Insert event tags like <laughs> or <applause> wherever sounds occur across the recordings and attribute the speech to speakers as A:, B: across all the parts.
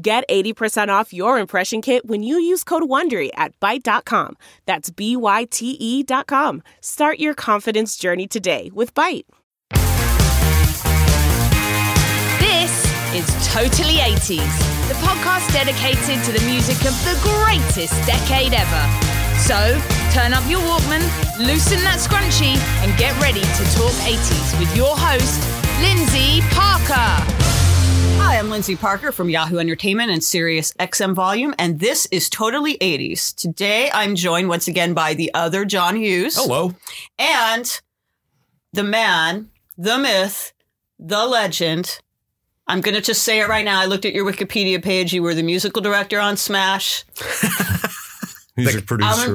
A: Get 80% off your impression kit when you use code WONDERY at Byte.com. That's B-Y-T-E E dot com. Start your confidence journey today with Byte.
B: This is Totally 80s, the podcast dedicated to the music of the greatest decade ever. So, turn up your Walkman, loosen that scrunchie, and get ready to talk 80s with your host, Lindsay Parker.
C: Hi, I'm Lindsay Parker from Yahoo Entertainment and Sirius XM Volume, and this is Totally 80s. Today, I'm joined once again by the other John Hughes.
D: Hello.
C: And the man, the myth, the legend. I'm going to just say it right now. I looked at your Wikipedia page. You were the musical director on Smash.
D: He's a
C: I'm
D: producer.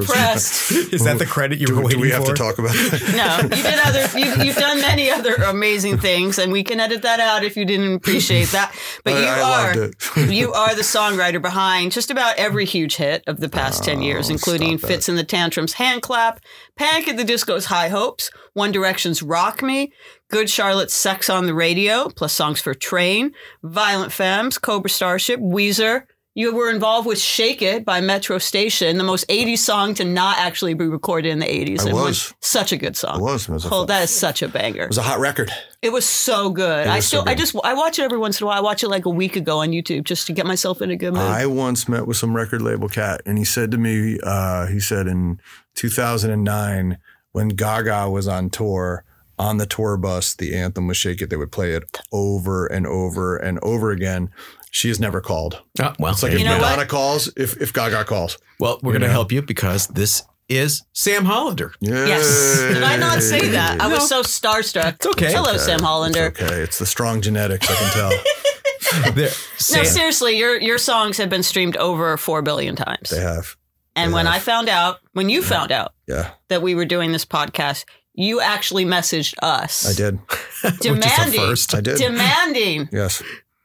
C: <laughs>
E: <laughs>
C: impressed.
E: Is that the credit you
D: Do,
E: were
D: do
E: waiting
D: we have
E: for?
D: to talk about
E: <laughs>
D: it?
C: No, you did other. You, you've done many other amazing things, and we can edit that out if you didn't appreciate that. But
D: I-
C: you
D: I
C: are
D: loved it. <laughs>
C: you are the songwriter behind just about every huge hit of the past
D: Oh,
C: ten years, including "Fits in the Tantrums," "Hand Clap," "Panic at the Disco's High Hopes," "One Direction's Rock Me," "Good Charlotte's Sex on the Radio," plus songs for "Train," "Violent Femmes," "Cobra Starship," "Weezer." You were involved with "Shake It" by Metro Station, the most '80s song to not actually be recorded in the '80s.
D: I
C: It
D: was.
C: such a good song.
D: It was. It was a
C: oh,
D: fun-
C: that is such a banger.
E: It was a hot record.
C: It was so good. I
D: was so
C: still, I
D: good.
C: just, I watch it every once in a while. I watch it like a week ago on YouTube just to get myself in a good mood.
D: I once met with some record label cat, and he said to me, uh, he said in 2009, when Gaga was on tour, on the tour bus, the anthem was Shake It. They would play it over and over and over again. She has never called.
E: Oh, well,
D: It's like if
C: You know
D: Madonna
C: what?
D: calls, if, if Gaga calls.
E: well, we're going to
D: Yeah.
E: help you because this is Sam Hollander.
C: yes.
D: Yay.
C: Did I not say that? I was so
E: No.
C: starstruck. It's
E: okay.
C: Hello, Sam
D: It's
C: Hollander.
D: okay. It's the strong genetics, I can
C: <laughs>
D: tell.
E: There-
C: No,
E: Sam-
C: seriously, your your songs have been streamed over four billion times.
D: they have.
C: and when I found out, when you found out
D: Yeah,
C: that we were doing this podcast, you actually messaged us.
D: I did.
C: Demanding,
E: first.
D: I did.
C: demanding
D: yes.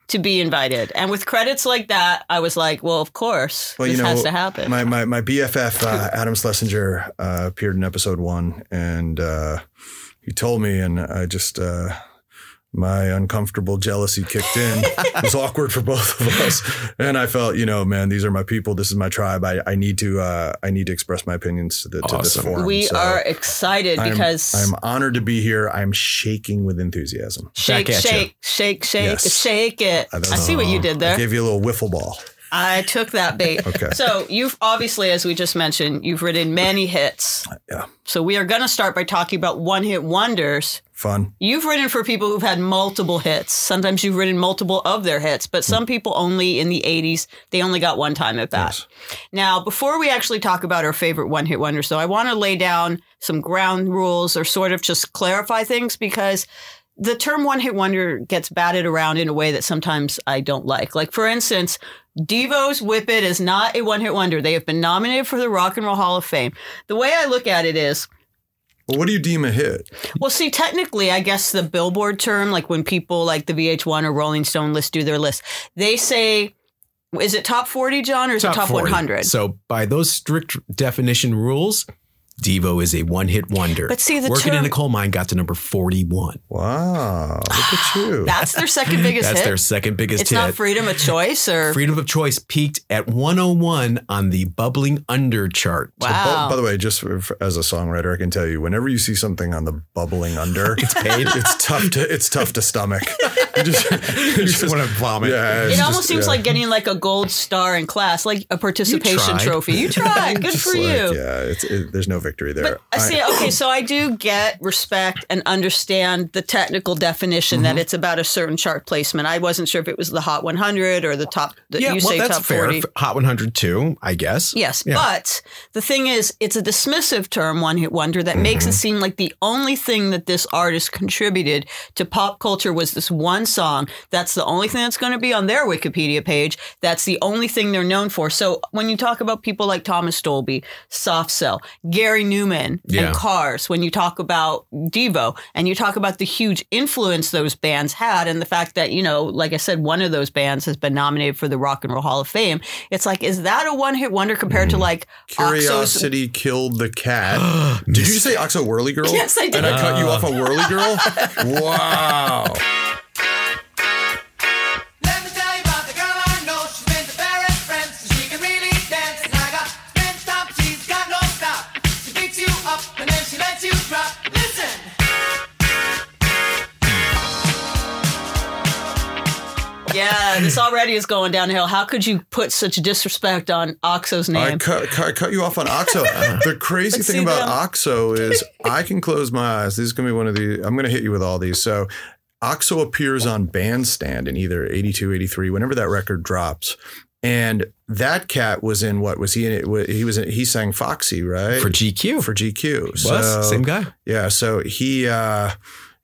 C: to be invited. And with credits like that, I was like, well, of course,
D: Well,
C: this
D: you know,
C: has to happen.
D: My my, my BFF uh, <laughs> Adam Schlesinger uh, appeared in episode one, and uh, he told me, and I just uh, my uncomfortable jealousy kicked in. it was awkward for both of us, and I felt, you know, man, these are my people. This is my tribe. I, I need to uh, I need to express my opinions to, the, to this
E: Awesome.
D: forum.
C: we
D: Um, So
C: are excited
D: I'm-
C: because
D: I'm honored to be here. I'm shaking with enthusiasm.
C: shake,
E: Back at ya.
C: shake, shake, shake,
D: Yes.
C: shake it. I, see what you did
D: I
C: there.
D: gave you a little wiffle ball.
C: I took that bait.
D: <laughs> Okay.
C: So you've obviously, as we just mentioned, you've written many hits.
D: Yeah.
C: So we are going to start by talking about one hit wonders.
D: Fun.
C: You've written for people who've had multiple hits. Sometimes you've written multiple of their hits, but some people only in the 80s, they only got one time at bat. Now, before we actually talk about our favorite one hit wonders, though, I want to lay down some ground rules or sort of just clarify things because the term one hit wonder gets batted around in a way that sometimes I don't like. Like, for instance, Devo's Whip It is not a one hit wonder. They have been nominated for the Rock and Roll Hall of Fame. The way I look at it is,
D: Well, what do you deem a hit?
C: well, see, technically, I guess the Billboard term, like when people like the VH1 or Rolling Stone list do their list, they say, is it top 40, John, or is it top
E: 40.
C: 100?
E: So, <laughs> by those strict definition rules, Devo is a one-hit wonder.
C: But see, the
E: working
C: term-
E: in a coal mine got to number forty-one.
D: Wow, look at you.
C: That's their second biggest
E: That's
C: hit.
E: their second biggest
C: it's
E: hit.
C: not freedom of choice or
E: Freedom of choice peaked at 101 on the bubbling under chart.
C: wow.
D: By, by the way, just for- as a songwriter, I can tell you, whenever you see something on the
C: <laughs>
D: bubbling under, it's paid. It's tough to it's tough to stomach. You just, <laughs> you
E: <laughs>
D: just-
E: wanna
D: <laughs>
E: vomit.
D: Yeah,
C: it
D: it's
C: almost
D: just-
C: seems
D: yeah.
C: like getting like a gold star in class, like a participation
E: tried. <laughs>
C: trophy. You tried. Good
D: Just
C: for
D: like,
C: you.
D: Yeah, it's, it, there's no victory there.
C: I see. Okay, so I do get respect and understand the technical definition that
E: Mm-hmm.
C: it's about a certain chart placement. I wasn't sure if it was the Hot 100 or the top. The,
E: yeah,
C: you
E: well,
C: say
E: that's
C: top
E: fair.
C: 40.
E: Hot 100 too, I guess.
C: Yes,
E: Yeah.
C: but the thing is, it's a dismissive term, one hit wonder, that makes
E: Mm-hmm.
C: it seem like the only thing that this artist contributed to pop culture was this one song. That's the only thing that's going to be on their Wikipedia page. That's the only thing they're known for. So when you talk about people like Thomas Dolby, Soft Cell, Gary Newman,
E: Yeah.
C: and Cars, when you talk about Devo, and you talk about the huge influence those bands had, and the fact that, you know, like I said, one of those bands has been nominated for the Rock and Roll Hall of Fame, it's like, is that a one hit wonder compared to like Oxo's?
D: Mm. Curiosity killed
C: <gasps>
D: the cat. did you say Oxo Whirly Girl?
C: Yes, I did.
D: And I cut you off a Whirly
C: <laughs>
D: Girl? wow.
F: Let me tell you about the girl I know. She's been the fairest friend, so she can really dance. And I got spin stop, she's got no stop. She beats you up and then she lets you drop. Listen.
C: <laughs> Yeah, this already is going downhill. How could you put such disrespect on Oxo's
D: I
C: name?
D: cut, cut, I cut you off
E: <laughs>
D: on Oxo. the crazy
C: But see
D: thing about
C: them.
D: Oxo is I can close my eyes. This is going to be one of the, I'm going to hit you with all these. So Oxo appears on Bandstand in either 82, 83, whenever that record drops. And that cat was in what was he in it? He was in, he sang Foxy, right?
E: For GQ.
D: for GQ.
E: was
D: So-
E: same guy.
D: Yeah, so he uh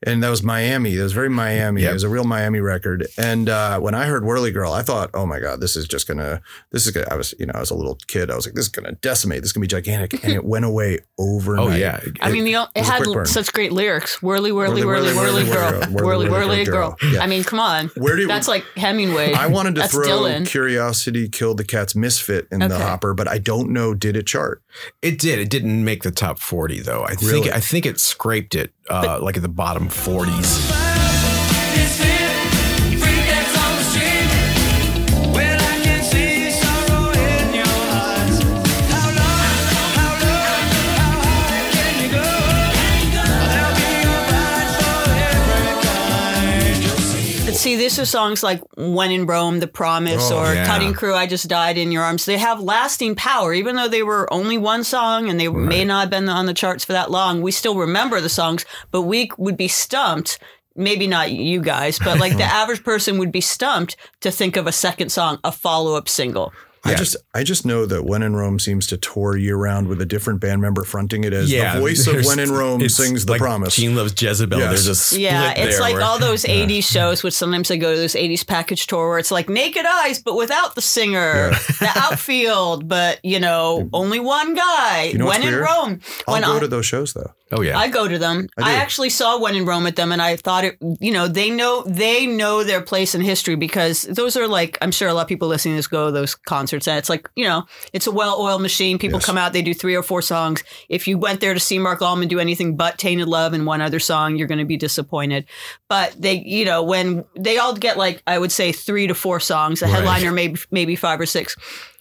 D: and that was Miami. That was very Miami.
E: Yep.
D: It was a real Miami record. And uh, when I heard Whirly Girl, I thought, oh my God, this is just gonna this is gonna I was, you know, I was a little kid. I was like, this is gonna decimate, this is gonna be gigantic.
E: <laughs>
D: And it went away overnight.
E: Oh yeah.
C: I mean, the, o- it
D: was a
C: had
D: quick burn.
C: such great lyrics. Whirly, whirly,
D: Whirly,
C: whirly, whirly,
D: whirly,
C: girl.
D: whirly,
C: Whirly,
D: whirly,
C: whirly, girl.
D: girl. Yeah.
C: I mean, come on.
D: Where do you-
C: That's like Hemingway.
D: I wanted to
C: That's
D: throw
C: Dylan.
D: Curiosity Killed the Cat's Misfit in the
C: Okay.
D: hopper, but I don't know did it chart.
E: It did. It didn't make the top 40 though. I
D: Really?
E: think I think it scraped it uh, like at the bottom 40s.
F: It's it. Free dance on the street. Well, I can see sorrow in your eyes. How low, how low, how high can you go? There'll be a ride for every kind.
C: But see, these are songs like When in Rome, The Promise,
E: Oh,
C: or
E: yeah.
C: Cutting Crew, I Just Died in Your Arms. They have lasting power, even though they were only one song and they may not have been on the charts for that long. We still remember the songs, but we would be stumped. Maybe not you guys, but
E: <laughs>
C: like the average person would be stumped to think of a second song, a follow up single.
D: I
E: Yeah.
D: just I just know that When in Rome seems to tour year round with a different band member fronting it as the voice of
E: there's-
D: When in Rome
E: it's
D: sings the
E: like
D: promise.
E: Gene loves Jezebel.
D: Yes.
E: There's a split
C: Yeah, it's
E: there
C: like
E: where-
C: all those
D: <laughs>
C: 80s shows, which sometimes they go to those 80s package tour where it's like naked eyes, but without the singer, the outfield, but you
D: <laughs>
C: know, only one guy.
D: know what's
C: when in
D: weird?
C: Rome.
D: I'll
C: when
D: go
C: I,
D: to those shows though.
E: Oh yeah.
C: I go to them.
D: I do.
C: I, actually saw one in Rome at them and I thought it you know, they know they know their place in history because those are like I'm sure a lot of people listening to this go to those concerts and it's like, you know, it's a well oiled machine. People come out, they do three or four songs. If you went there to see Mark Allman do anything but Tainted Love and one other song, you're gonna be disappointed. But they you know, when they all get like I would say three to four songs, the headliner maybe maybe five or six.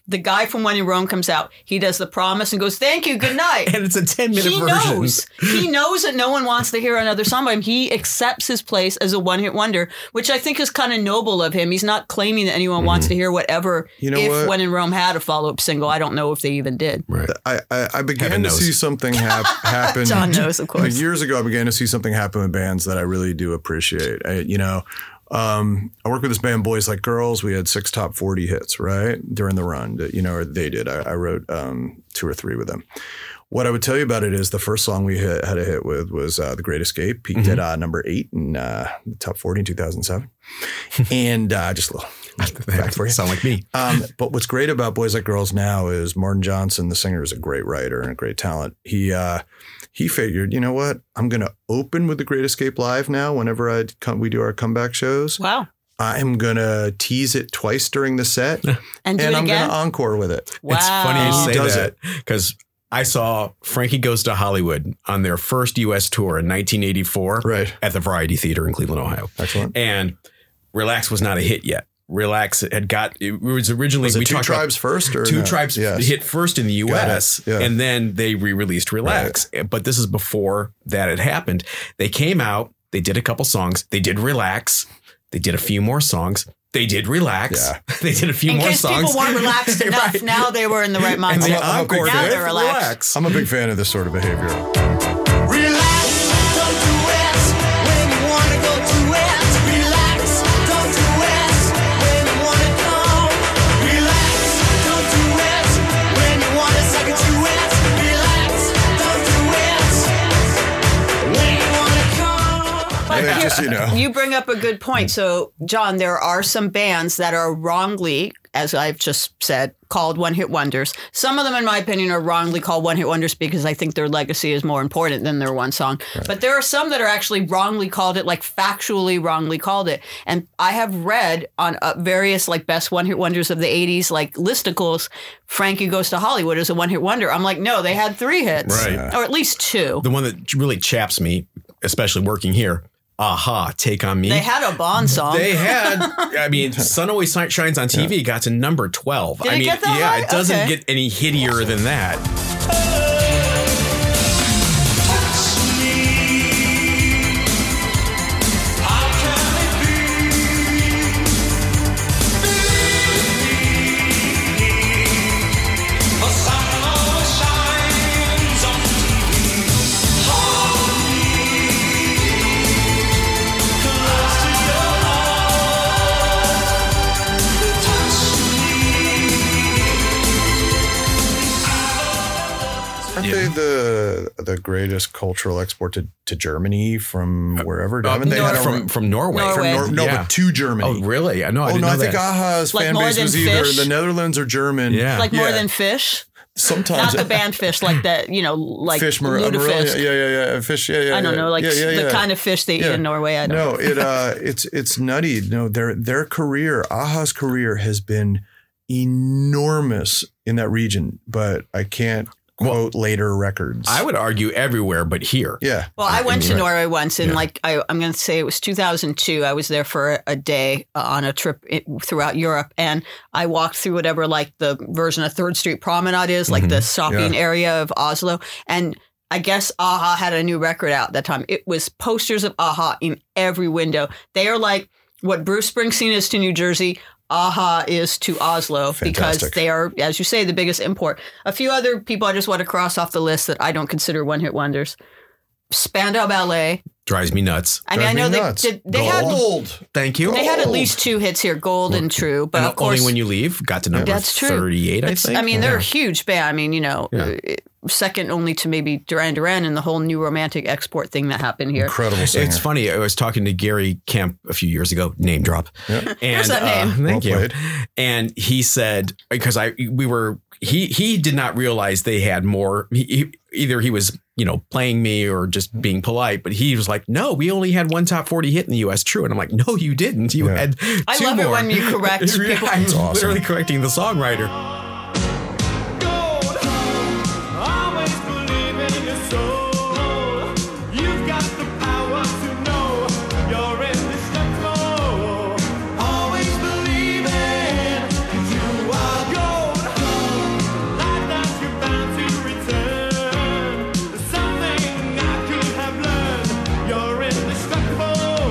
C: The guy from When in Rome comes out. He does the promise and goes, "Thank you, good night."
E: and it's a 10 minute
C: he
E: version. <laughs>
C: knows he knows that no one wants to hear another song by him he accepts his place as a one-hit wonder which i think is kind of noble of him he's not claiming that anyone
E: Mm-hmm.
C: wants to hear whatever
D: You know
C: if
D: what?
C: when in rome had a follow-up single i don't know if they even did
E: Right.
D: I, I, I began
E: Heaven
D: to
E: knows.
D: see
C: <laughs>
D: something hap- happen.
C: John knows, of course.
D: Years ago, I began to see something happen with bands that I really do appreciate. I, you know, um, I work with this band, Boys Like Girls. We had six top 40 hits, right? During the run, that, you know, or they did. I, I wrote um, two or three with them. What I would tell you about it is the first song we hit, had a hit with was uh, The Great Escape, peaked at uh, number eight in uh, the top 40 in 2007. and uh, just a little back for you.
E: Sound like me.
D: Um, but what's great about Boys Like Girls now is Martin Johnson, the singer, is a great writer and a great talent. He uh, he figured, you know what? I'm going to open with the Great Escape live now. Whenever I come, we do our comeback shows,
C: wow
D: I'm going to tease it twice during the set,
C: and do
D: and
C: it
D: I'm going
C: again
D: to encore with it.
C: wow
E: uh, It's funny
D: He
E: you say
D: does
E: that because I saw Frankie Goes to Hollywood on their first U.S. tour in 1984
D: Right.
E: at the Variety Theater in Cleveland, Ohio.
D: Excellent.
E: And Relax was not a hit yet. Relax had got it was originally
D: Was it
E: we
D: two
E: talked about-
D: tribes first, or
E: Two
D: no?
E: Tribes
D: Yes.
E: hit first in the
D: Got it.
E: U.S.
D: Yeah.
E: and then they re-released Relax. But this is before that had happened. They came out, they did a couple songs, they did Relax, they did a few more songs, They did relax.
D: Yeah.
E: <laughs> They did a few
C: In
E: more
C: case
E: songs.
C: people weren't relaxed enough,
E: <laughs> Right.
C: now they were in the right mindset.
E: the
D: I'm
E: encore,
C: now
E: they
C: they're relaxed.
E: relax.
D: I'm a big fan of this sort of behavior.
G: Relax, don't do it when you wanna go to it. Relax, don't do it when you wanna come. Relax, don't do it when you wanna suck it to it. Relax, don't do it when you wanna come.
D: And then just, you know.
C: You bring up a good point. So, John, there are some bands that are wrongly, as I've just said, called one hit wonders. Some of them, in my opinion, are wrongly called one hit wonders because I think their legacy is more important than their one song. But there are some that are actually wrongly called it, like factually wrongly called it. And I have read on uh, various like best one hit wonders of the 80s, like listicles, Frankie Goes to Hollywood is a one hit wonder. I'm like, no, they had three hits,
E: Right.
C: or at least two.
E: the one that really chaps me, especially working here. Aha, take on me.
C: They had a Bond song. <laughs>
E: They had, I mean, Sun Always Si- Shines on TV got to number 12.
C: Did
E: I
C: it
E: mean,
C: get that
E: yeah,
C: high?
E: it doesn't
C: Okay.
E: get any hittier than that.
D: Aren't they the the greatest cultural export to, to Germany from wherever? Haven't they
E: no,
D: had a-
E: Uh, from, from Norway.
C: Norway.
D: from Nor- no,
E: Yeah.
D: but to
E: Oh,
D: Germany?
E: really? I know. I
D: Oh
E: didn't
D: no,
E: know
D: I think
E: that.
D: Aha's
C: Like
D: fan
C: more
D: base
C: than
D: was either
C: Fish?
D: the Netherlands or German.
E: Yeah.
C: like more
D: Yeah.
C: than Fish.
D: sometimes
C: not the band fish, like that, you know, like
D: fish, mar-
C: lutefisk.
D: Amarillo, yeah, yeah, yeah, fish, yeah, yeah.
C: I don't
D: yeah,
C: know, like
D: yeah, yeah,
C: the
D: yeah.
C: kind of fish they eat
D: Yeah.
C: in Norway. I don't know.
D: No, it uh, it's it's nutty. No, their their career, Aha's career, has been enormous in that region, but I can't quote later records.
E: I would argue everywhere but here.
D: yeah,
C: Well, I went to
E: Right.
C: Norway once, and
E: Yeah.
C: like I, I'm going to say it was 2002. I was there for a day uh, on a trip i- throughout Europe, and I walked through whatever like the version of Third Street Promenade is,
D: Mm-hmm.
C: like the shopping area of Oslo, and. I guess Aha had a new record out that time. It was posters of Aha in every window. They are like what Bruce Springsteen is to New Jersey, Aha is to Oslo because
D: Fantastic.
C: they are, as you say, the biggest import. A few other people I just want to cross off the list that I don't consider one hit wonders. Spandau Ballet.
E: Drives me nuts.
C: I mean, I
D: Drives me
C: know they
D: nuts.
C: did, they had
E: Thank you.
C: they had
D: Oh.
C: at least two hits here, Gold and True, but
E: and
C: of course
E: only when you leave got to number
C: That's true.
E: 38, I
C: but,
E: think.
C: I mean, they're a
E: Yeah.
C: huge band. I mean, you know,
E: Yeah.
C: uh, second only to maybe Duran Duran and the whole new romantic export thing that happened here.
D: incredible singer.
E: It's funny. I was talking to Gary Kemp a few years ago. Name drop. And
C: that
E: uh,
C: name.
E: thank
D: Well
E: you.
D: played.
E: And he said because I we were he he did not realize they had more. He, he- either he was you know playing me or just being polite, but he was like, "No, we only had one top forty hit in the U.S. True." And I'm like, "No, you didn't. You
D: Yeah.
E: had."
C: I
E: two
C: love it
E: more."
C: when you correct
E: <laughs> Yeah,
C: people.
E: I'm
C: It's
D: awesome.
E: literally correcting the songwriter.
G: Gold, always believe in your soul. You've got the power to know you're indestructible. Always believe in you are gold. Life that you're bound to return. Something I could have learned. You're indestructible.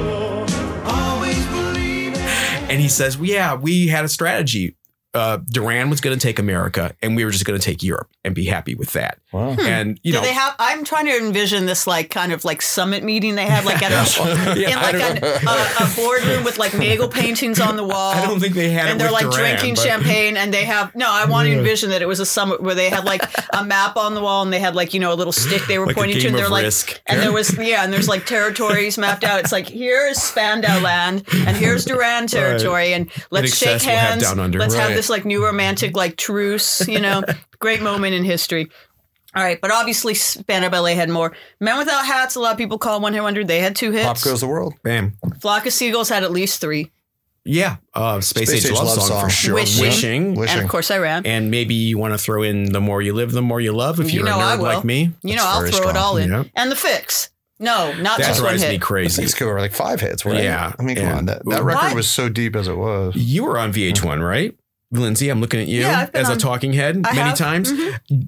F: Oh,
G: Always believe in.
E: And he says, "Yeah, we had a strategy." Uh, Duran was going to take America, and we were just going to take Europe and be happy with that.
D: Wow.
E: And
C: Hmm. Do
E: you know,
C: they have? I'm trying to envision this like kind of like summit meeting they had like at a,
E: <laughs> Yeah,
C: in
E: I
C: like an, a, a boardroom with like Nagel paintings on the wall.
E: I don't think they had it
C: and they're
E: with
C: like
E: Duran,
C: drinking
E: but-
C: champagne and they have no i want to envision that it was a summit where they had like a map on the wall and they had like you know a little stick they were
E: Like a
C: pointing to
E: game
C: and they're
E: of
C: like
E: Risk.
C: and there was yeah and there's like territories mapped out it's like here's spandau land and here's duran territory and let's shake
E: excess, we'll have
C: hands
E: Down Under.
C: let's have
E: Right.
C: this like new romantic like truce you
E: <laughs>
C: know great moment in history all right, but obviously Spandau Ballet had more. Men Without Hats, a lot of people call 100. They had two
D: Pop
C: hits.
D: goes the world.
E: Bam.
C: Flock of Seagulls had at least three.
E: Yeah. Uh, Space,
D: Space
E: Age, love, song, for sure.
C: Wishing. And
D: Wishing.
C: of course, I ran.
E: And maybe you want to throw in The More You Live, The More You Love if
C: You
E: you're
C: know
E: a
C: I
E: nerd
C: will.
E: like me.
C: You know, I'll
D: very
C: throw it
D: strong.
C: all in.
E: Yeah.
C: And the fix. No, not
E: That
C: just one
E: drives me
C: hit.
E: crazy.
D: These were like five hits, right?
E: Yeah.
D: I mean, come
E: Yeah.
D: on. That, that
E: What?
D: record was so deep as it was.
E: You were on VH1, right? Lindsay, I'm looking at you
C: Yeah, I've been
E: as a
C: on-
E: talking head many
C: have. Mm-hmm.
E: times.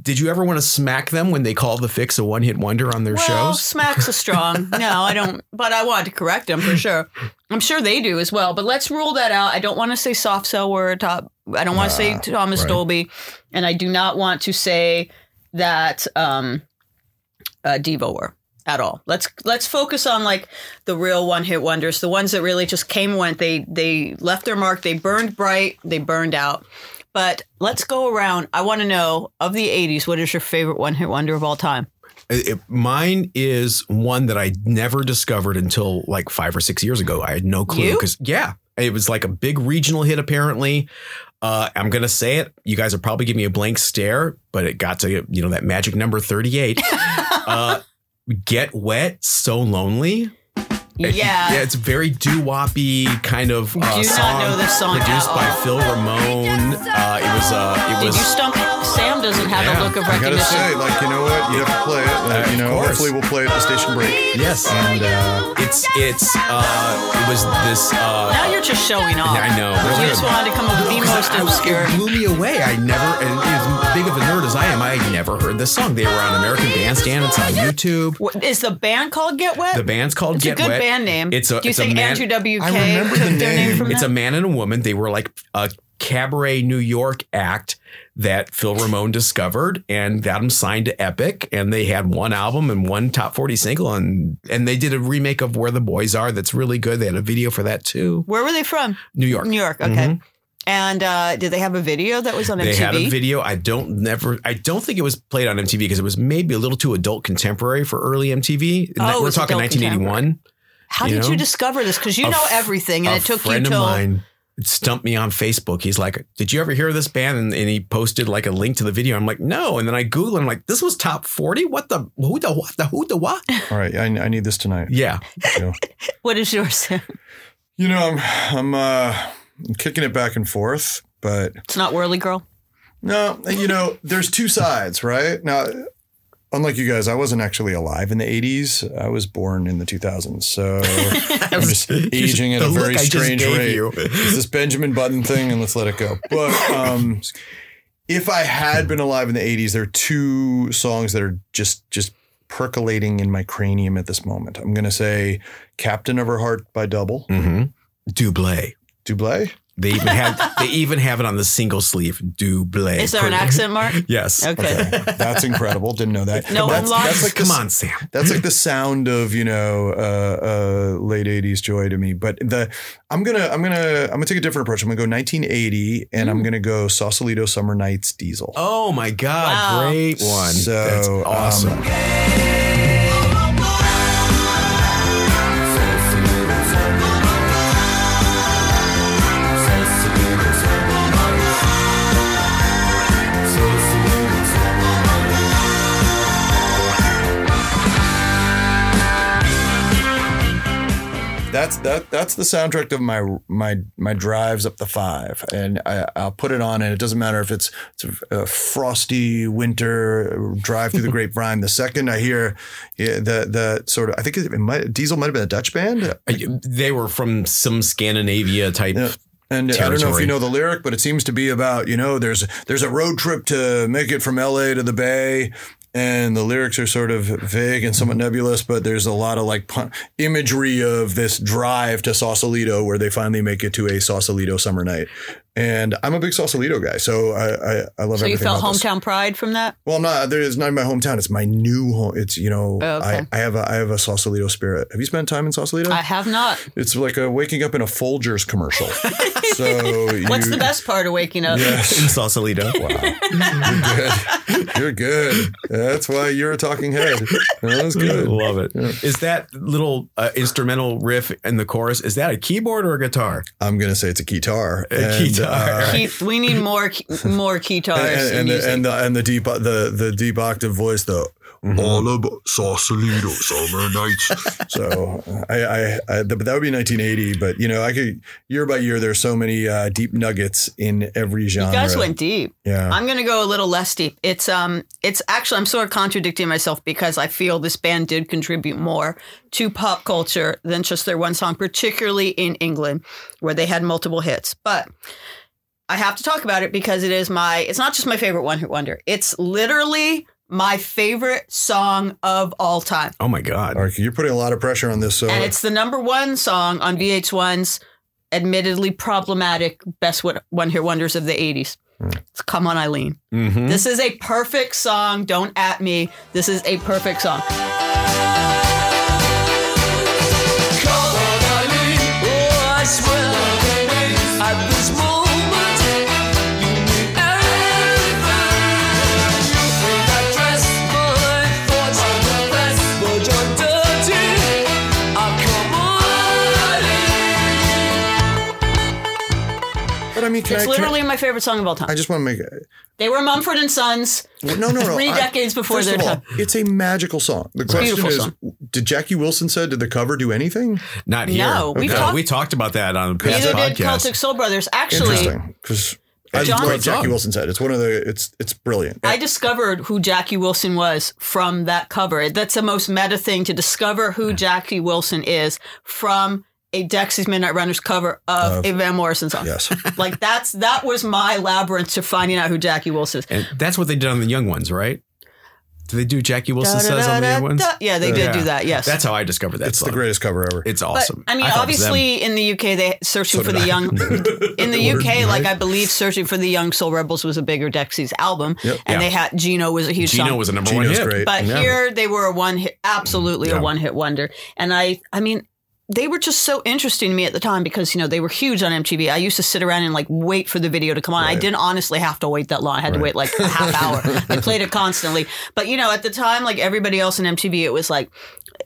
E: Did you ever want to smack them when they call the fix a one hit wonder on their
C: Well,
E: shows?
C: smacks a strong. No, I don't. But I want to correct him for sure. I'm sure they do as well. But let's rule that out. I don't want to say soft sell word. Top. I don't want to say Thomas
D: right.
C: Dolby, and I do not want to say that um, uh, Devo were at all. Let's let's focus on like the real one hit wonders, the ones that really just came and went. They they left their mark. They burned bright. They burned out. But let's go around. I want to know of the '80s. What is your favorite one hit wonder of all time?
E: It- it- mine is one that I never discovered until like five or six years ago. I had no clue
C: You?
E: because yeah, it was like a big regional hit apparently. Uh, I'm gonna say it. You guys are probably giving me a blank stare, but it got to you know that magic
C: <laughs>
E: number 38. uh, Get wet, so lonely.
C: Yeah.
E: Yeah, it's very doo woppy kind of
C: Do
E: uh,
C: not
E: song.
C: know this song
E: produced
C: at
E: by
C: all.
E: Phil Ramone. Uh, it was. Uh, it
C: Did you
E: was.
C: stump? Sam doesn't have
E: Yeah.
C: a look of
D: I gotta
C: recognition.
D: say, like, you know what? You have to play it. Like,
E: Uh,
D: you
E: of
D: know,
E: course.
D: hopefully we'll play it at the station break.
E: Yes,
D: And uh,
E: it's it's. Uh, it was this. Uh,
C: now you're just showing off.
E: I know.
C: You
E: really.
C: just wanted to come up with the most
E: I-
C: obscure.
E: It blew me away. I never, and as big of a nerd as I am, I never heard this song. They were on American Bandstand. It's on YouTube.
C: What- Is the band called Get Wet?
E: The band's called
C: It's
E: Get
C: a good
E: Wet.
C: band name.
E: It's a.
C: Do you
E: it's
C: think
E: a man,
C: Andrew WK
D: I remember
C: took
D: the
C: <laughs> their name
D: name.
C: from
E: It's
C: that?
E: a man and a woman. They were like a cabaret New York act that Phil Ramone discovered and got them signed to Epic. And they had one album and one top 40 single. And, and they did a remake of Where the Boys Are that's really good. They had a video for that too.
C: Where were they from?
E: New York.
C: New York. Okay. And uh, did they have a video that was on
E: Mm-hmm. They
C: MTV?
E: had a video. I don't never. I don't think it was played on MTV because it was maybe a little too adult contemporary for early MTV.
C: Oh, it
E: We're
C: was
E: talking
C: adult
E: 1981.
C: How
E: you
C: did you
E: know?
C: discover this? Because you
E: A
C: know
E: f-
C: everything, and
E: a
C: it took you
E: friend
C: till
E: of mine stumped me on Facebook. He's like, "Did you ever hear of this band?" And, and he posted like a link to the video. I'm like, "No." And then I Google. I'm like, "This was top 40. What the who the what the who
C: <laughs>
E: the what?"
D: all right, I, I need this tonight.
E: Yeah,
D: You know,
C: what is yours? <laughs>
D: you know I'm I'm uh, I'm kicking it back and forth, but
C: it's not Whirly Girl.
D: No, you know, there's two sides, right? Now, unlike you guys, I wasn't actually alive in the 80s. I was born in the
E: <laughs>
D: 2000s. So I'm just aging at
E: The
D: a
E: look
D: very
E: I just
D: strange
E: gave
D: rate.
E: you.
D: It's this Benjamin Button thing, and let's let it go. But um, if I had been alive in the 80s, there are two songs that are just, just percolating in my cranium at this moment. I'm going to say Captain of Her Heart by Double.
E: hmm Dublé.
D: Dublé?
E: They even have they even have it on the single sleeve. Dublé.
C: Is there an accent mark?
E: <laughs> Yes.
C: Okay.
D: That's incredible. Didn't know that.
C: No,
D: that's,
C: I'm lost.
D: that's like the
E: Come on, Sam.
D: That's like the sound of you know uh, uh, late '80s joy to me. But the I'm gonna I'm gonna I'm gonna take a different approach. I'm gonna go 1980, and I'm gonna go Sausalito Summer Nights Diesel.
E: Oh my God!
C: Wow.
E: Great one.
D: So,
E: That's
D: um,
E: awesome.
D: That's that that's the soundtrack of my my my drives up the five, and I, I'll put it on, and it doesn't matter if it's, it's a, a frosty winter drive through the grapevine. The second I hear yeah, the the sort of I think it might Diesel might have been a Dutch band.
E: Uh, They were from some Scandinavia type.
D: Yeah. And I don't know if
E: territory.
D: you know the lyric, but it seems to be about you know there's there's a road trip to make it from L.A. to the Bay, and the lyrics are sort of vague and somewhat nebulous, but there's a lot of like pun- imagery of this drive to Sausalito where they finally make it to a Sausalito summer night. And I'm a big Sausalito guy, so I I, I love
C: So
D: everything
C: you felt
D: about this.
C: hometown pride from that?
D: Well, I'm not there. It's not my hometown. It's my new home. It's you know
C: Oh, okay.
D: I, I have a I have a Sausalito spirit. Have you spent time in Sausalito?
C: I have not.
D: it's like a waking up in a Folgers
C: <laughs>
D: commercial. so
C: What's
D: you-
C: the best part of waking up?
E: <laughs> in
D: Yes.
E: Sausalito. Wow.
D: You're good. That's why you're a talking head. That was
E: <laughs>
D: good.
E: Love it. Is that little uh, instrumental riff in the chorus? Is that a keyboard or a guitar?
D: I'm gonna say it's a guitar.
E: A guitar.
D: uh,
C: Keith, we need more
D: <laughs>
C: more
D: and,
C: guitars.
D: and,
C: in music.
D: the, and the and the deep the the deep octave voice though. All about Sausalito summer nights. so I, I, I but that would be 1980. But you know, I could year by year. There's so many uh, deep nuggets in every genre.
C: you guys went deep.
D: yeah.
C: I'm gonna go a little less deep. It's um, it's actually I'm sort of contradicting myself because I feel this band did contribute more to pop culture than just their one song, particularly in England, where they had multiple hits. But I have to talk about it because it is my, it's not just my favorite One Hit Wonder. It's literally my favorite song of all time.
E: Oh my God.
D: All right, you're putting a lot of pressure on this. So
C: And it's the number one song on VH1's admittedly problematic Best One- One Hit Wonders of the 80s. It's Come On Eileen.
D: Mm-hmm.
E: Mhm.
C: This is a perfect song. Don't at me. This is a perfect song.
D: but I mean, can
C: It's
D: I, can I-
C: literally my favorite song of all time.
D: I just want to make
C: They were Mumford and Sons.
D: no, no, no.
C: <laughs> Three
D: I-
C: decades before
D: first
C: their
D: of all,
C: time.
D: It's a magical song. The
C: a
D: question
C: beautiful
D: is,
C: song.
D: did Jackie Wilson said did the cover do anything?
E: Not here.
C: No, we've talked-
E: we talked about that on a past
C: Neither did
E: podcast.
C: Celtic Soul Brothers. Actually,
D: Interesting, because I
C: John-
D: love
C: Great
E: song.
D: Jackie Wilson said. It's one of the. It's it's brilliant.
C: I discovered who Jackie Wilson was from that cover. That's the most meta thing to discover who Jackie Wilson is from a Dexys Midnight Runners cover of a Van Morrison song.
D: yes.
C: Like <laughs> that's that was my labyrinth to finding out who Jackie Wilson is.
E: And that's what they did on the young ones, right? Do they do Jackie Wilson says on the young ones?
C: Da-da-da-da-da. Yeah, they did
E: Yeah.
C: do that. Yes,
E: That's how I discovered that
D: It's
E: song.
D: the greatest cover ever.
E: It's
C: But,
E: awesome.
C: I mean,
E: thought it was them.
C: obviously, in the UK, they searching for
D: did
C: the
D: I.
E: <laughs>
C: young. in the
D: word,
C: UK, like
D: right?
C: I believe, searching for the young Soul Rebels was a bigger Dexys album,
D: Yep.
C: and
E: Yeah.
C: they had Gino was a huge
E: Gino
C: song.
E: was a number
D: Gino's
E: one hit.
D: great.
C: but
D: Yeah.
C: here they were a one hit, absolutely
E: Yeah.
C: a one hit wonder. And I, I mean, they were just so interesting to me at the time because you know they were huge on MTV. I used to sit around and like wait for the video to come on. I
D: Right.
C: didn't honestly have to wait that long. I had to wait like a half
D: <laughs>
C: hour. I played it constantly. But you know, at the time, like everybody else in MTV, it was like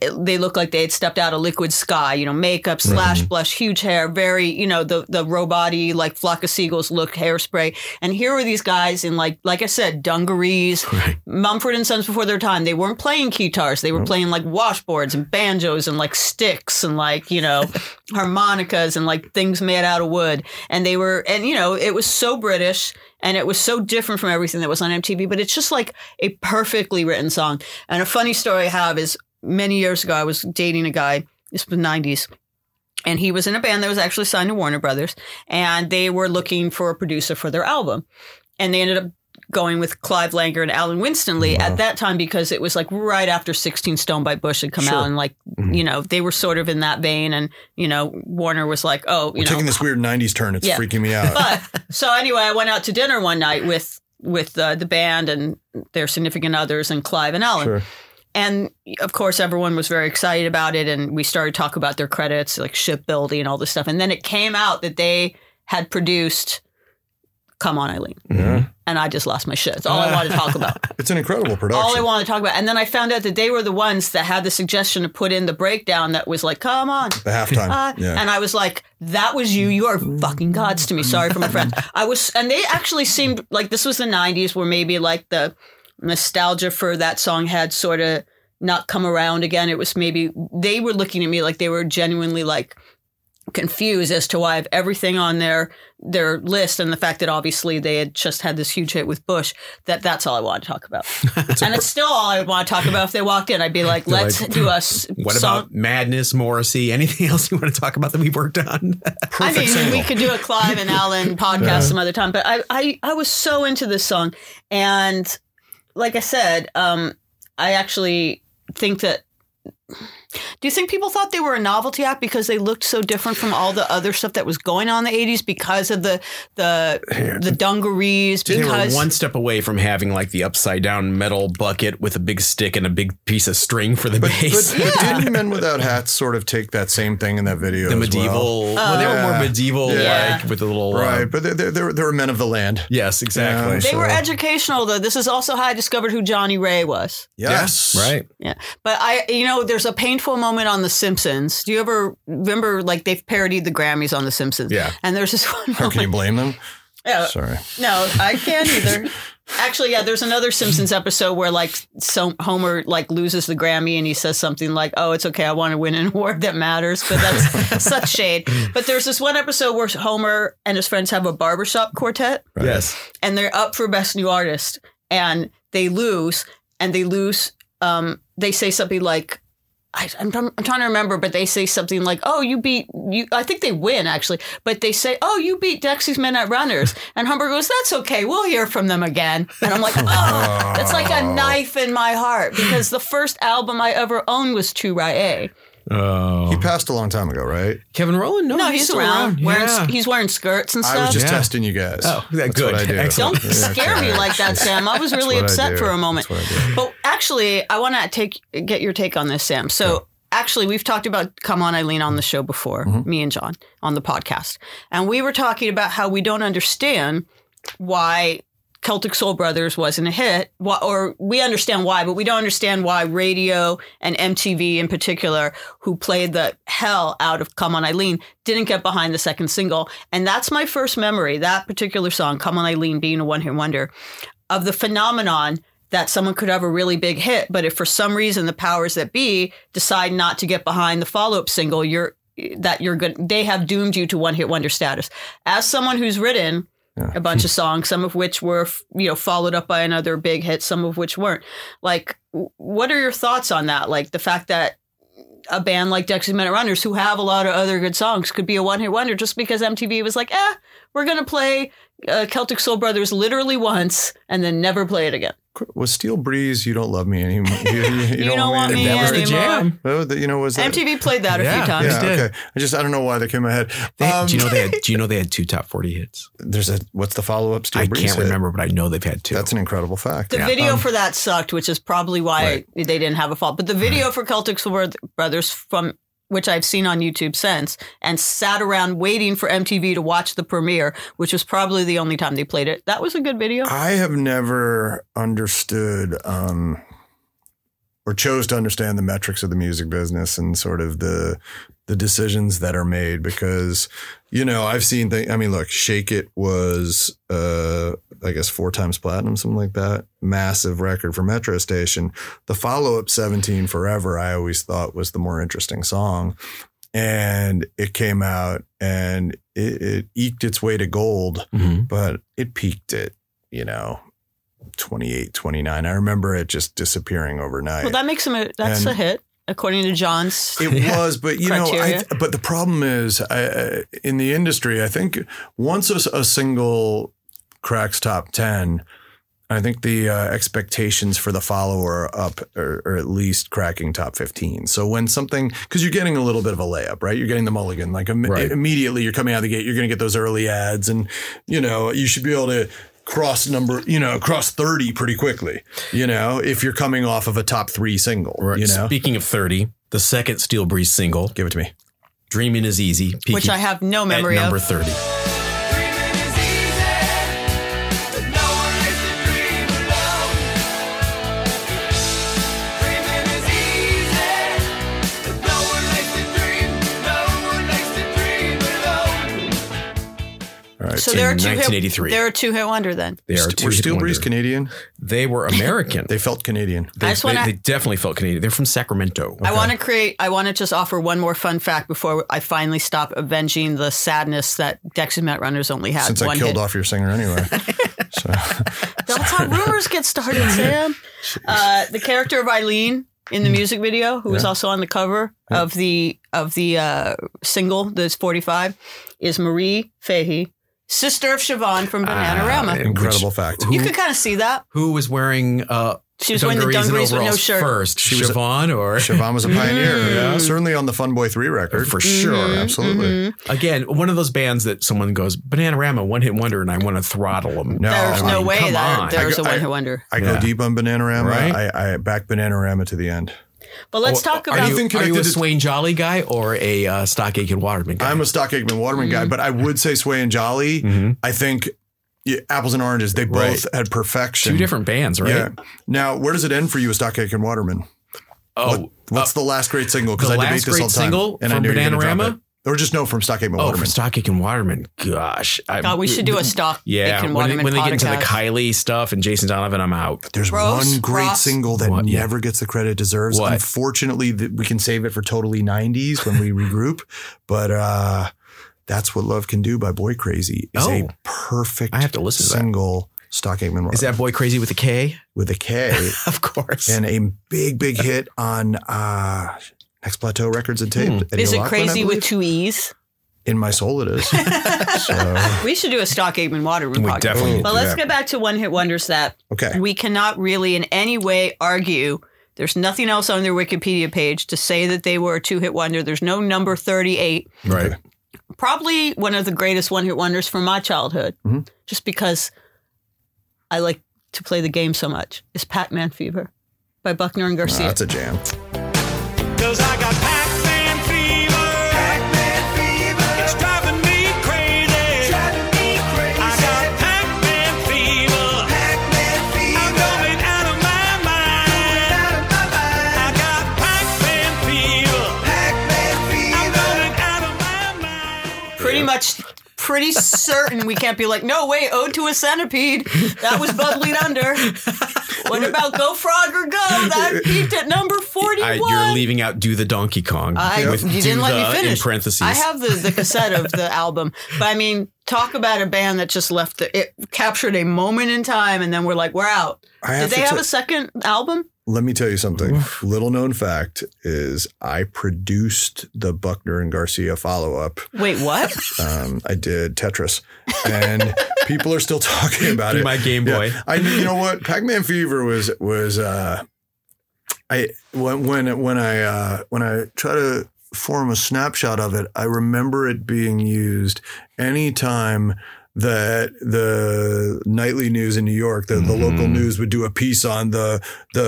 C: it- they looked like they had stepped out of liquid sky. You know, makeup,
D: Mm-hmm.
C: slash, blush, huge hair, very you know the the robot-y, like flock of seagulls look, hairspray. And here were these guys in like like I said, dungarees, Mumford and Sons before their time. They weren't playing guitars; they were playing like washboards and banjos and like sticks and like you know harmonicas and like things made out of wood. And they were and you know it was so British and it was so different from everything that was on MTV. But it's just like a perfectly written song. And a funny story I have is many years ago, I was dating a guy. This was nineties. And he was in a band that was actually signed to Warner Brothers, and they were looking for a producer for their album. And they ended up going with Clive Langer and Alan Winstonley at that time because it was like right after 16 Stone by Bush had come out, and like, you know, they were sort of in that vein. And, you know, Warner was like, oh, you
D: We're
C: know,
D: taking this weird '90s turn. It's
C: Yeah.
D: freaking me out.
C: but so anyway, I went out to dinner one night with with uh, the band and their significant others and Clive and Alan.
D: Sure.
C: And of course, everyone was very excited about it, and we started talking about their credits, like shipbuilding and all this stuff. And then it came out that they had produced "Come On, Eileen,"
D: Yeah.
C: and I just lost my shit. It's all I want to talk
D: <laughs>
C: about.
D: It's an incredible production.
C: All I want to talk about. And then I found out that they were the ones that had the suggestion to put in the breakdown that was like, "Come on,
D: the halftime.
C: uh,
D: yeah.
C: And I was like, that was you. You are fucking gods to me. Sorry for my
E: <laughs>
C: friend. I was, and they actually seemed like this was the 90s where maybe like the nostalgia for that song had sort of not come around again. It was maybe they were looking at me like they were genuinely like, confused as to why I have everything on their their list and the fact that obviously they had just had this huge hit with Bush that that's all I want to talk
E: <laughs>
C: about and it's still all I want to talk about if they walked in I'd be like let's
E: like,
C: do us
E: What
C: song-
E: about Madness, Morrissey? Anything <laughs> else you want to talk about that we worked on?
C: I mean, we could do a Clive and
E: <laughs>
C: Alan podcast some other time, but I, I, I was so into this song. And like I said, um, I actually think that. Do you think people thought they were a novelty act because they looked so different from all the other stuff that was going on in the 80s because of the the the dungarees?
E: they were
C: Because
E: one step away from having like the upside down metal bucket with a big stick and a big piece of string for <laughs>
C: <laughs>
E: the
D: But,
E: bass.
D: but, but didn't Men Without Hats sort of take that same thing in that
E: the
D: video? as well?
E: medieval. Well, they were more
D: Yeah.
E: medieval,
D: Yeah.
E: like with a little. uh,
D: Right, but there, there, there, there were men of the land.
E: yes, exactly.
D: Yeah.
C: they were
D: so-
C: educational, though. This is also how I discovered who Johnny Ray was.
D: Yes.
E: Right.
C: Yeah. But I, you know, there's a painful moment on The Simpsons. Do you ever remember, like, they've parodied the Grammys on The Simpsons?
E: Yeah.
C: And there's this <laughs> one
D: How can you
C: moment.
D: blame them?
C: Yeah.
D: Sorry.
C: No, I can't either. Actually, yeah, there's another Simpsons episode where like so Homer like loses the Grammy and he says something like, "Oh, it's okay, I want to win an <laughs> award that matters," but
D: <laughs>
C: that's such shade. But there's this one episode where Homer and his friends have a barbershop quartet
E: Yes.
C: and they're up for best new artist and they lose and they lose um they say something like I, I'm, trying- I'm trying to remember, but they say something like, "Oh, you beat you." I think they win actually, but they say, "Oh, you beat Dexy's Midnight <laughs> Runners," and Humber goes, "That's okay, we'll hear from them again." And I'm like, "Oh, that's like
D: <laughs>
C: a knife in my heart," because the first album I ever owned was Two Rai A.
E: Oh.
D: He passed a long time ago, right?
E: Kevin Rowland? No,
C: No, Oh, he's,
E: still
C: around. Wearing,
E: Yeah.
C: He's wearing skirts and stuff.
D: I was just
E: Yeah.
D: testing you guys.
E: Oh, yeah,
D: That's
E: good.
D: What I do.
E: Excellent.
D: <laughs>
C: Don't scare me like that, Sam. I was really
D: what I
C: upset
D: do.
C: for a moment.
D: That's what I do.
C: But actually, I want to take get your take on this, Sam. So actually, we've talked about "Come On, Eileen" on the show before, me and John on the podcast, and we were talking about how we don't understand why Celtic Soul Brothers wasn't a hit, why, or we understand why, but we don't understand why radio and MTV in particular, who played the hell out of Come On Eileen, didn't get behind the second single. And that's my first memory, that particular song, Come On Eileen, being a one hit wonder, of the phenomenon that someone could have a really big hit, but if for some reason the powers that be decide not to get behind the follow up single, you're that you're good they have doomed you to one hit wonder status. As someone who's written a bunch of songs, some of which were you know followed up by another big hit, some of which weren't. Like, w- what are your thoughts on that? Like the fact that a band like Dexys Minute Runners, who have a lot of other good songs, could be a one hit wonder just because MTV was like, eh, we're gonna play uh, Celtic Soul Brothers literally once and then never play it again.
D: Was Steel Breeze, You Don't Love Me Anymore?
C: <laughs>
D: You, you- you
C: You don't want me
E: That was the
C: anymore.
E: jam.
D: Oh, that- you know, was
E: <laughs>
D: that?
C: MTV played that a
E: Yeah.
C: few times.
D: Yeah,
E: They did.
D: okay. I just, I don't know why that came in my head.
E: They-
D: Um,
E: do you know <laughs> they had? Do you know they had two top forty hits?
D: there's a, what's the follow up Steel
E: I
D: Breeze?
E: can't
D: hit?
E: remember, but I know they've had two.
D: That's an incredible fact.
C: The
E: um,
C: video for that sucked, which is probably why they didn't have a fault. But the video for Celtic Sword Brothers from which I've seen on YouTube since and sat around waiting for MTV to watch the premiere, which was probably the only time they played it. That was a good video.
D: I have never understood um, or chose to understand the metrics of the music business and sort of the the decisions that are made because you know I've seen things. I mean, look, Shake It was uh, I guess four times platinum, something like that, massive record for Metro Station. The follow up Seventeen Forever, I always thought was the more interesting song. And it came out and it, it eked its way to gold
E: Mhm.
D: but it peaked at, you know, 28, 29. I remember it just disappearing overnight.
C: well, that makes them a, that's
D: And-
C: a hit, according to John's.
D: it was, but you know, I,
C: Criteria.
D: but the problem is I, I- in the industry, I think once a, s- a single cracks top 10, I think the uh, expectations for the follower are up, or, or at least cracking top 15. So when something, because you're getting a little bit of a layup, right? You're getting the mulligan. Like im-
E: Right.
D: immediately you're coming out of the gate, you're going to get those early ads, and, you know, you should be able to cross number, you know, cross 30 pretty quickly, you know, if you're coming off of a top three single, you know?
E: Speaking of thirty, the second Steel Breeze single,
D: Give it to me.
E: "Dreaming Is Easy," peaking
C: Which I have no memory
E: at
C: of.
E: number thirty.
F: Dreaming is easy, but no one likes to dream alone. Dreaming is easy, but no one likes to dream. No one likes to dream alone.
D: All right.
C: so
E: in
C: there are two
E: 1983.
C: Hit, there are two hit wonder then.
E: They are
D: St-
E: two
D: were
E: hit
D: Steel Breeze
E: wonder.
D: Canadian?
E: <laughs> They were American.
D: They felt Canadian.
E: They,
C: I just
E: they-
C: wanna-
E: they definitely felt Canadian. They're from Sacramento.
C: I want to create. I want to just offer one more fun fact before I finally stop avenging the sadness that Dexys Met Runners only had.
D: Since
C: one
D: I killed
C: hit.
D: off your
C: <laughs>
D: singer anyway. so,
C: That's how rumors get started, Sam. Uh, the character of Eileen in the music video, who was also on the cover of the of the uh, single, "Those 45, is Marie Fahey, sister of Siobhan from Bananarama.
D: incredible fact.
C: you could kind of see that.
E: Who was wearing uh,
C: She was wearing the dungarees
E: and
C: with no
E: overalls
C: shirt.
E: first? She
D: was a-
E: Siobhan or
D: <laughs> Siobhan was a pioneer.
C: Mm-hmm.
D: yeah, Certainly on the Fun Boy 3 record.
E: for sure.
D: Absolutely.
C: Mm-hmm.
E: Again, one of those bands that someone goes Bananarama, one hit wonder, and I want to throttle them.
D: No,
C: There's
D: I
C: no
D: mean,
C: way
E: come
C: that
E: on.
C: there's
D: I
C: a
D: go- I-
C: one hit wonder.
D: I go
E: Yeah.
D: deep on Bananarama.
E: Right?
D: I, I back Bananarama to the end.
C: But let's
E: Or-
C: talk
E: Are
C: about
E: you,
D: Anything
E: are you a
D: connected to-
E: Swain Jolly guy or a uh, Stock Aitken Waterman guy?
D: I'm a Stock Aikman Waterman guy,
C: Mm-hmm.
D: but I would say Sway and Jolly.
E: Mm-hmm.
D: I think yeah, Apples and Oranges, they both had perfection.
E: two different bands, right?
D: Yeah. Now, where does it end for you with Stock Aitken Waterman?
E: Oh,
D: What's the last great single? Because
E: the
D: I debate
E: last
D: this all
E: great
D: the time.
E: single
D: I
E: from
D: know you're gonna drop
E: Bananarama?
D: it. Or just no, from Stock Aitken
E: oh,
D: Waterman.
E: from Stock Aitken Waterman. Gosh, I,
C: God, we should do a stock.
E: yeah.
C: Aiken
E: when they,
C: Waterman
E: when they get into the
C: podcast.
E: Kylie stuff and Jason Donovan, I'm out.
D: There's
C: Gross,
D: one great
C: Ross.
D: single that
E: What? Yeah.
D: never gets the credit it deserves.
E: What?
D: Unfortunately, th- we can save it for totally 90s when we regroup, <laughs> but uh, that's what Love Can Do by Boy Crazy is a
E: Oh.
D: perfect
E: I have to listen to that.
D: single Stock Aitman Waterman
E: Is that boy crazy with a K? <laughs>
D: with a K
E: Of course.
D: and a big big hit on uh, Next Plateau Records and Tape.
E: Hmm.
D: Eddie
C: Is it
D: O'Loughlin, I
C: crazy with
D: believe.
C: two E's?
D: In my soul,
C: <laughs>
D: it is. so,
C: We should do a Stock Aitman Waterman
E: We
C: podcast.
E: definitely need
C: But
E: to
C: let's
D: that.
C: go back to one hit wonders that
D: okay.
C: we cannot really in any way argue. There's nothing else on their Wikipedia page to say that they were a two hit wonder. There's no number 38.
E: Right.
C: Probably one of the greatest one hit wonders from my childhood,
E: Mm-hmm.
C: just because I like to play the game so much, is Pac Man Fever by Buckner and
D: Ah,
C: Garcia.
D: that's a jam.
F: Cause I got Pac-Man fever. Pac-Man fever. It's driving me crazy. Driving me crazy. I got Pac-Man fever. Pac-Man fever. I'm going out of my mind. Going out of my mind. I got Pac-Man fever. Pac-Man fever. I'm going out of my mind.
C: pretty much pretty certain we can't be like no wait ode to a centipede that was bubbling under what about go frog or go
E: <laughs>
C: that peaked at number 41
E: I, you're leaving out "Do the Donkey Kong."
C: I-
E: with
C: you
E: "Do
C: didn't let
E: the"
C: me finish
E: In parentheses,
C: i have the, the cassette of the album but i mean talk about a band that just left the, it captured a moment in time and then we're like we're out
D: I
C: did
D: have
C: they
D: to
C: have
D: ta-
C: a second album
D: Let me tell you something. Little known fact is I produced the Buckner and Garcia follow up.
C: wait what
D: Um, I did Tetris, and people are still talking about
E: Be
D: it.
E: my Game
D: Yeah.
E: Boy.
D: I, you
E: <laughs>
D: know what? Pac-Man Fever was was uh, I when when when I uh, when I try to form a snapshot of it, I remember it being used anytime that the nightly news in New York, the, the local
E: Mm-hmm.
D: news would do a piece on the the,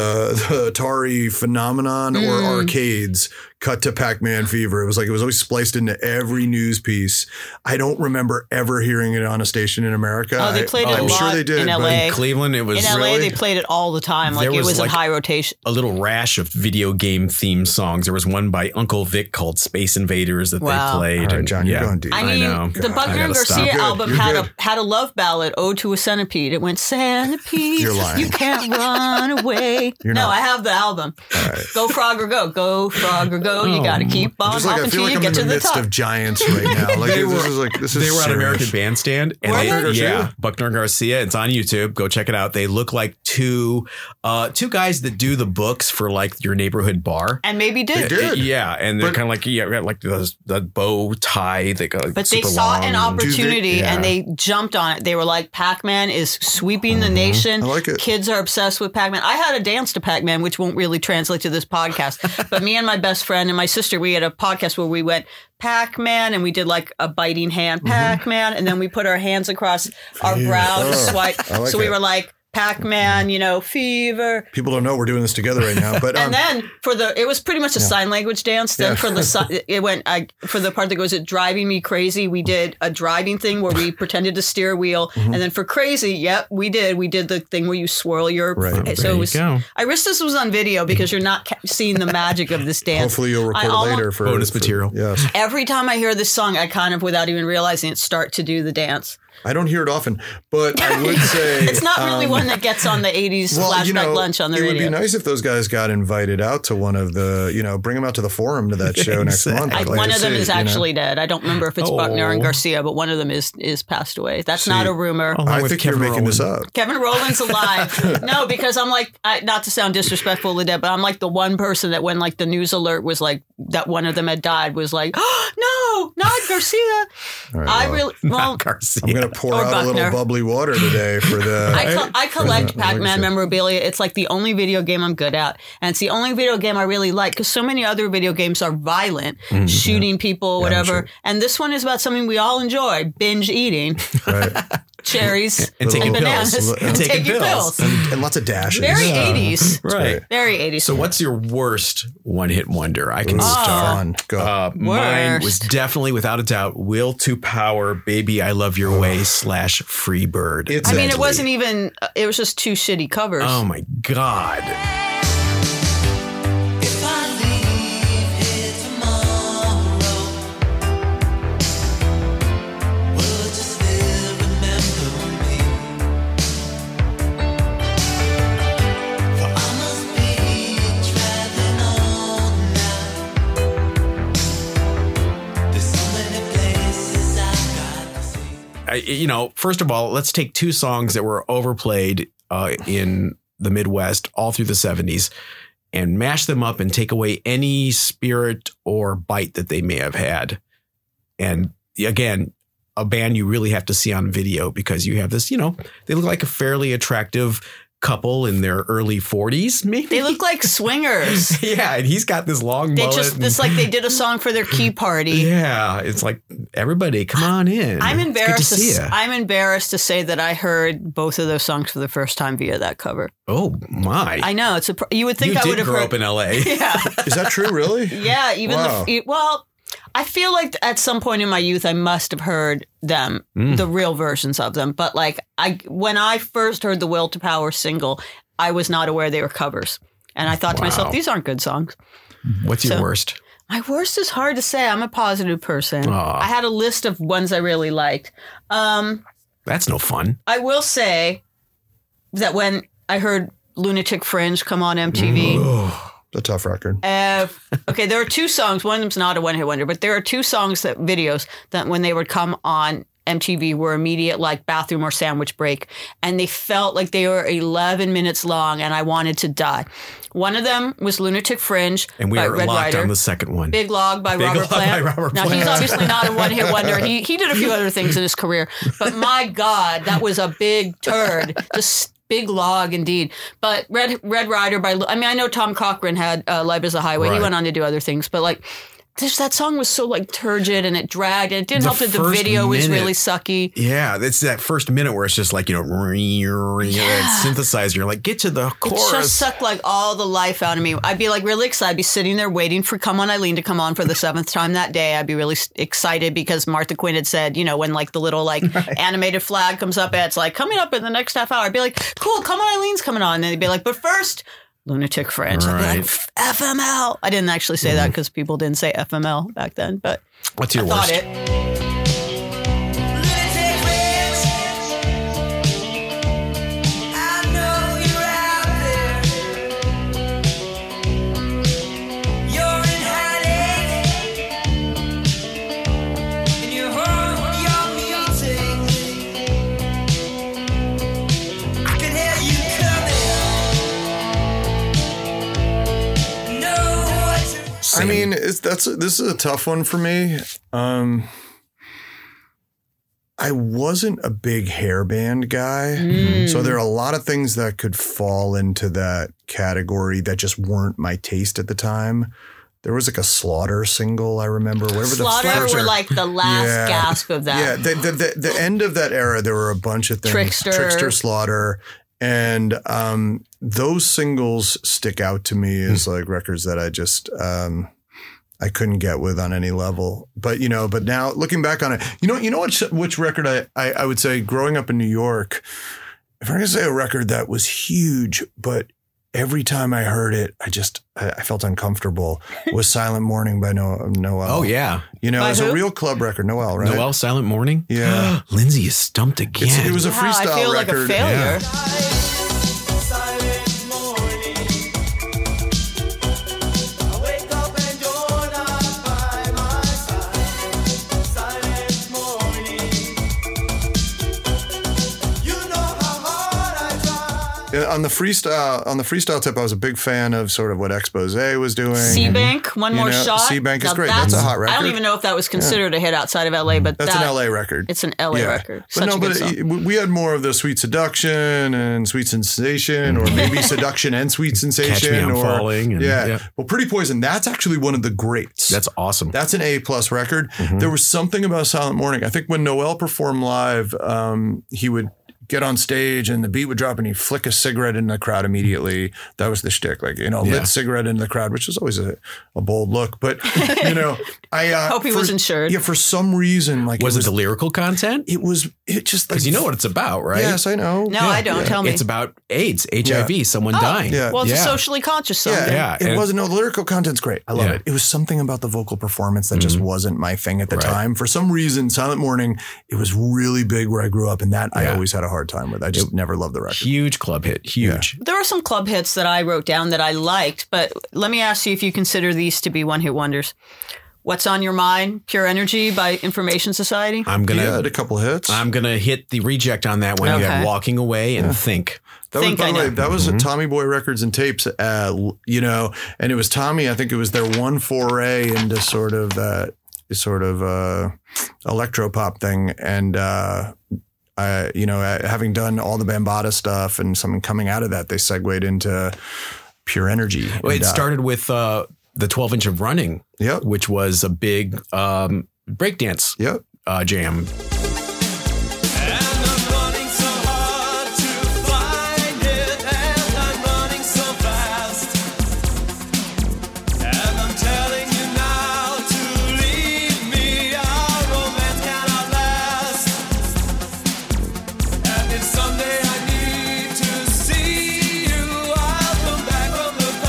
D: the Atari phenomenon or arcades cut to Pac-Man fever. It was like it was always spliced into every news piece. I don't remember ever hearing it on a station in America.
C: Oh, they
D: I-
C: played it
D: I'm
C: a
D: sure
C: lot
D: they did.
C: in
D: but-
E: in
C: LA.
E: Cleveland. It was
C: in la
E: <laughs> really
C: they played it all the time like
E: There
C: it
E: was
C: was,
E: like-
C: in high rotation
E: a little rash of video game theme songs. There was one by Uncle Vic called "Space Invaders" that
C: Wow.
E: they played.
D: All right,
E: and-
D: John, you're
E: yeah.
D: going deep.
C: I
E: I
C: mean,
E: know.
C: the
E: God, I
C: Buckner and
E: gotta stop.
C: Garcia
E: You're
D: good.
C: album
D: You're
C: had
D: good.
C: a had a love ballad, "Ode to a Centipede." It went, "Centipede,
D: You're lying.
C: you can't run away."
D: <laughs> You're
C: no,
D: not.
C: I have the album. Go frog or go, go frog or go. You got to keep on
D: Just like
C: hopping
D: Oh, I feel
C: till
D: like
C: you
D: I'm
C: get
D: in
C: to
D: the
C: the
D: midst
C: top.
D: of giants
C: <laughs>
D: right now. Like
E: They
D: this
E: were-
D: is like this is
E: they were on
D: serious.
E: American Bandstand, and
C: Were
E: they,
C: they?
E: yeah,
D: Garcia?
E: Buckner and Garcia. It's on YouTube. Go check it out. They look like two uh, two guys that do the books for like your neighborhood bar.
C: and maybe did,
D: did. Good.
E: Yeah, and they're
D: But-
E: kind of like yeah, like the, the bow tie that got
C: but they
E: super
C: saw an
E: long.
C: opportunity
E: yeah.
C: and they jumped on it. They were like, "Pac-Man is sweeping
D: Mm-hmm.
C: the nation.
D: I like it.
C: Kids are obsessed with Pac-Man." I had a dance to Pac-Man, which won't really translate to this
D: <laughs>
C: podcast. but me and my best friend and my sister, we had a podcast where we went Pac-Man and we did like a biting hand
D: Mm-hmm.
C: Pac-Man, and then we put our hands across our brow to
D: Oh,
C: swipe.
D: I like
C: so we
D: it. Mm-hmm.
C: were like. Pac-Man, you know, fever,
D: People don't know we're doing this together right now, but um,
C: <laughs> and then for the it was pretty much a sign language dance. Then
D: Yeah.
C: for the si-
D: <laughs>
C: it went I, for the part that goes it driving me crazy. We did a driving thing where we pretended to steer a wheel,
D: Mm-hmm.
C: and then for crazy, yep, we did. We did the thing where you swirl your.
D: Right.
C: So
D: There
C: it
E: you
C: was.
E: go.
C: I wish this was on video because you're not ca- seeing the magic of this dance.
D: hopefully you'll
C: I
D: record it
C: almo-
D: later for
E: Bonus
D: for-
E: material.
D: Yes,
C: Every time I hear this song, I kind of, without even realizing it, start to do the dance.
D: I don't hear it often, but
C: <laughs>
D: I would say
C: It's not really
D: um,
C: one that gets on the '80s flashback lunch on the
D: it
C: radio.
D: would be nice if those guys got invited out to one of the, you know, bring them out to the forum to that show next
E: Exactly.
D: month.
C: I,
D: I'd like
C: one
D: to
C: of them
D: see,
C: is
D: you know.
C: actually dead. I don't remember if it's Buckner and
E: Oh.
C: Garcia, but one of them is is passed away. That's not a rumor.
E: Oh.
D: I
E: with
D: think
E: Kevin
D: you're making this
E: Rowland.
D: up.
C: Kevin Rowland's alive. no, because I'm like, I, not to sound disrespectful to dead, but I'm like the one person that when like the news alert was like that one of them had died was like, <gasps> oh, no, not Garcia. I really well.
E: Garcia.
D: I'm going to pour
C: Or
D: out a
C: Buckner.
D: little bubbly water today for the.
C: <laughs> I, co- I collect
D: Yeah, like I
C: Pac-Man
D: said.
C: memorabilia. It's like the only video game I'm good at, and it's the only video game I really like because so many other video games are violent,
E: Mm-hmm.
C: shooting people, whatever.
D: shoot.
C: And this one is about something we all enjoy: binge eating, <laughs> cherries,
E: And taking
D: Little-
C: bananas,
E: pills.
C: and <laughs> taking pills.
D: and, and lots of dashes.
C: Very eighties.
E: <laughs> Right.
C: Very eighties.
E: So, what's your worst one hit wonder? I can
C: Ah.
E: start.
D: Fun. Go.
E: Uh, mine
C: Worst.
E: was definitely, without a doubt, Will to Power, Baby I Love Your Way slash Free Bird.
D: It's
C: I mean, it
D: Mentally.
C: wasn't even. uh, It was just two shitty covers.
E: Oh my God.
G: If I leave here tomorrow, would you still remember me? For I must be traveling on now. There's so many places I've got to see.
E: I, you know, first of all, let's take two songs that were overplayed uh, in the Midwest all through the 70s and mash them up and take away any spirit or bite that they may have had. And again, a band you really have to see on video because you have this, you know, they look like a fairly attractive couple in their early 40s, maybe.
C: They
E: <laughs>
C: look like swingers.
E: yeah, and he's got this long
C: They
E: mullet.
C: just
E: and-
C: it's like they did a song for their
E: <laughs>
C: key party.
E: yeah, it's like everybody, come on in.
C: I'm
E: It's good to
C: embarrassed. To
E: see
C: s-
E: ya.
C: I'm embarrassed to say that I heard both of those songs for the first time via that cover.
E: oh my!
C: I know it's a. pr- You would think
E: you
C: I would
E: did
C: have
E: grow
C: heard.
E: up in L.A.
C: <laughs> yeah,
D: Is that true, <laughs> really?
C: yeah. Even
D: Wow.
C: the f- e, well, I feel like at some point in my youth I must have heard them,
E: Mm.
C: the real versions of them. But like I, when I first heard the Will to Power single, I was not aware they were covers, and I thought to myself,
E: Wow.
C: these aren't good songs.
E: What's your
C: So-
E: worst?
C: My worst is hard to say. I'm a positive person.
E: Aw.
C: I had a list of ones I really liked. Um,
E: That's no fun.
C: I will say that when I heard Lunatic Fringe come on MTV,
D: It's a tough record.
C: uh, okay, there are two songs. One of them's not a one hit wonder, but there are two songs that videos that when they would come on MTV were immediate, like bathroom or sandwich break. And they felt like they were 11 minutes long, and I wanted to die. One of them was Lunatic Fringe
E: And we
C: by
E: are
C: Red
E: locked
C: Rider.
E: on the second one.
C: Big Log by
E: Big
C: Robert
E: Log by
C: Plant.
E: Robert
C: now he's
E: Plant.
C: obviously not
E: <laughs>
C: a one-hit wonder. He he did a few other things in his career, but my God, that was a big turd. Just big log indeed. But Red Red Rider by Lu- I mean I know Tom Cochran had uh, Life Is a Highway. He
E: Right.
C: went on to do other things, but like. This, that song was so like turgid and it dragged and it didn't
E: The
C: help that the
E: first
C: video was
E: minute-
C: really sucky.
E: yeah, it's that first minute where it's just like you know, that <laughs> synthesizer. You're like, get to the
C: It just
E: chorus.
C: sucked like all the life out of me. I'd be like really excited. I'd be sitting there waiting for Come On Eileen to come on for the seventh time that day. I'd be really s- excited because Martha Quinn had said, you know, when like the little
D: <laughs>
C: like animated flag comes up, it's like coming up in the next half hour. I'd be like, cool, Come On Eileen's coming on. And they'd be like, but first, Lunatic Fringe. I'd be like,
E: Right.
C: "F- FML. I didn't actually say
D: Mm.
C: that because people didn't say FML back then, but
E: What's your
C: thought
E: worst?
C: it.
G: Lunatic friends, I know you're out there. You're in hiding, and you hold your meetings. I can hear you coming. Know what you
D: I mean, it's, that's this is a tough one for me. Um, I wasn't a big hair band guy, Mm-hmm.
C: Mm.
D: so there are a lot of things that could fall into that category that just weren't my taste at the time. There was like a Slaughter single I remember. Whatever the
C: Mm. Slaughter were like the last
D: Yeah.
C: gasp of that.
D: yeah, the, the, the, the end of that era, there were a bunch of things.
C: Trickster.
D: Trickster Slaughter. And um, those singles stick out to me
E: Hmm.
D: as like records that I just um, I couldn't get with on any level. But you know, but now looking back on it, you know, you know which which record I I, I would say growing up in New York, if I'm gonna say a record that was huge, but every time I heard it, I just I, I felt uncomfortable.
C: <laughs>
D: Was Silent Morning by No Noel?
E: Oh yeah,
D: you know,
C: By
D: it's
C: who?
D: a real club record, Noel, right?
E: Noel Silent Morning.
D: Yeah.
E: <gasps> Lindsay is stumped again.
D: It's, it was a
C: Wow,
D: freestyle
C: I feel
D: record.
C: like a failure.
G: Silent morning. I wake up and you're not by my side. Silent morning. You know how hard I try.
D: Yeah, On the freestyle, on the freestyle tip, I was a big fan of sort of what Expose was doing.
C: Seabank, one
D: You
C: more
D: know,
C: shot.
D: Seabank is
C: Now
D: great. That's a hot
C: I don't
D: record.
C: even know if that was considered a hit outside of LA, but
D: That's
C: that,
D: an LA record.
C: It's an LA record.
D: But
C: Such
D: no,
C: a
D: but
C: good song.
D: it- we had more of the Sweet Seduction and Sweet Sensation,
E: <laughs>
D: or maybe Seduction and Sweet Sensation,
E: Me, I'm
D: or
E: Falling and-
D: yeah.
E: yeah.
D: Well, Pretty Poison. That's actually one of the greats.
E: That's awesome.
D: That's an A plus record.
E: Mm-hmm.
D: There was something about Silent Morning. I think when Noel performed live, um, he would get on stage and the beat would drop and he'd flick a cigarette in the crowd immediately. That was the shtick, like you know,
E: Yeah.
D: lit cigarette in the crowd, which is always a, a bold look.
E: <laughs>
D: But you know, I uh,
C: Hope he
D: for-
C: was insured.
D: Yeah, for some reason, like
E: was it,
D: it was,
E: the lyrical content?
D: it was it just like
E: Because you know what it's about, right?
D: Yes, I know.
C: no, I don't. Tell me. Oh.
E: It's about AIDS, HIV, someone dying.
D: Yeah.
C: well, it's a
E: yeah.
C: socially conscious song.
D: Yeah,
C: then.
E: Yeah,
D: It
E: and-
D: wasn't no the lyrical content's great. I love
E: Yeah. Mm-hmm.
D: it. It was something about the vocal performance that just wasn't my thing at the
E: Right.
D: time. For some reason, Silent Morning, it was really big where I grew up, and that I
E: Yeah.
D: always had a hard time with. I just never loved the record.
E: Huge club hit. Huge.
C: There were some club hits that I wrote down that I liked, but let me ask you if you consider these to be one hit wonders. What's on Your Mind? Pure Energy by Information Society.
E: I'm
D: He
E: gonna
D: had a couple hits.
E: I'm gonna hit the reject on that one. You
C: Okay.
E: have walking away and think.
D: That
C: think
D: was, by
C: I
D: the way,
C: know.
D: that was Tommy Boy Records and Tapes, uh, you know, and it was Tommy. I think it was their one foray into sort of that sort of uh, electro pop thing, and uh, I, you know, uh, having done all the Bambata stuff and something coming out of that, they segued into Pure Energy.
E: Well, it
D: And, uh,
E: started with uh, the 12 inch of running,
D: Yep.
E: which was a big um, breakdance
D: Yep.
E: uh, jam.
F: Someday I need to see you. I'll come back from the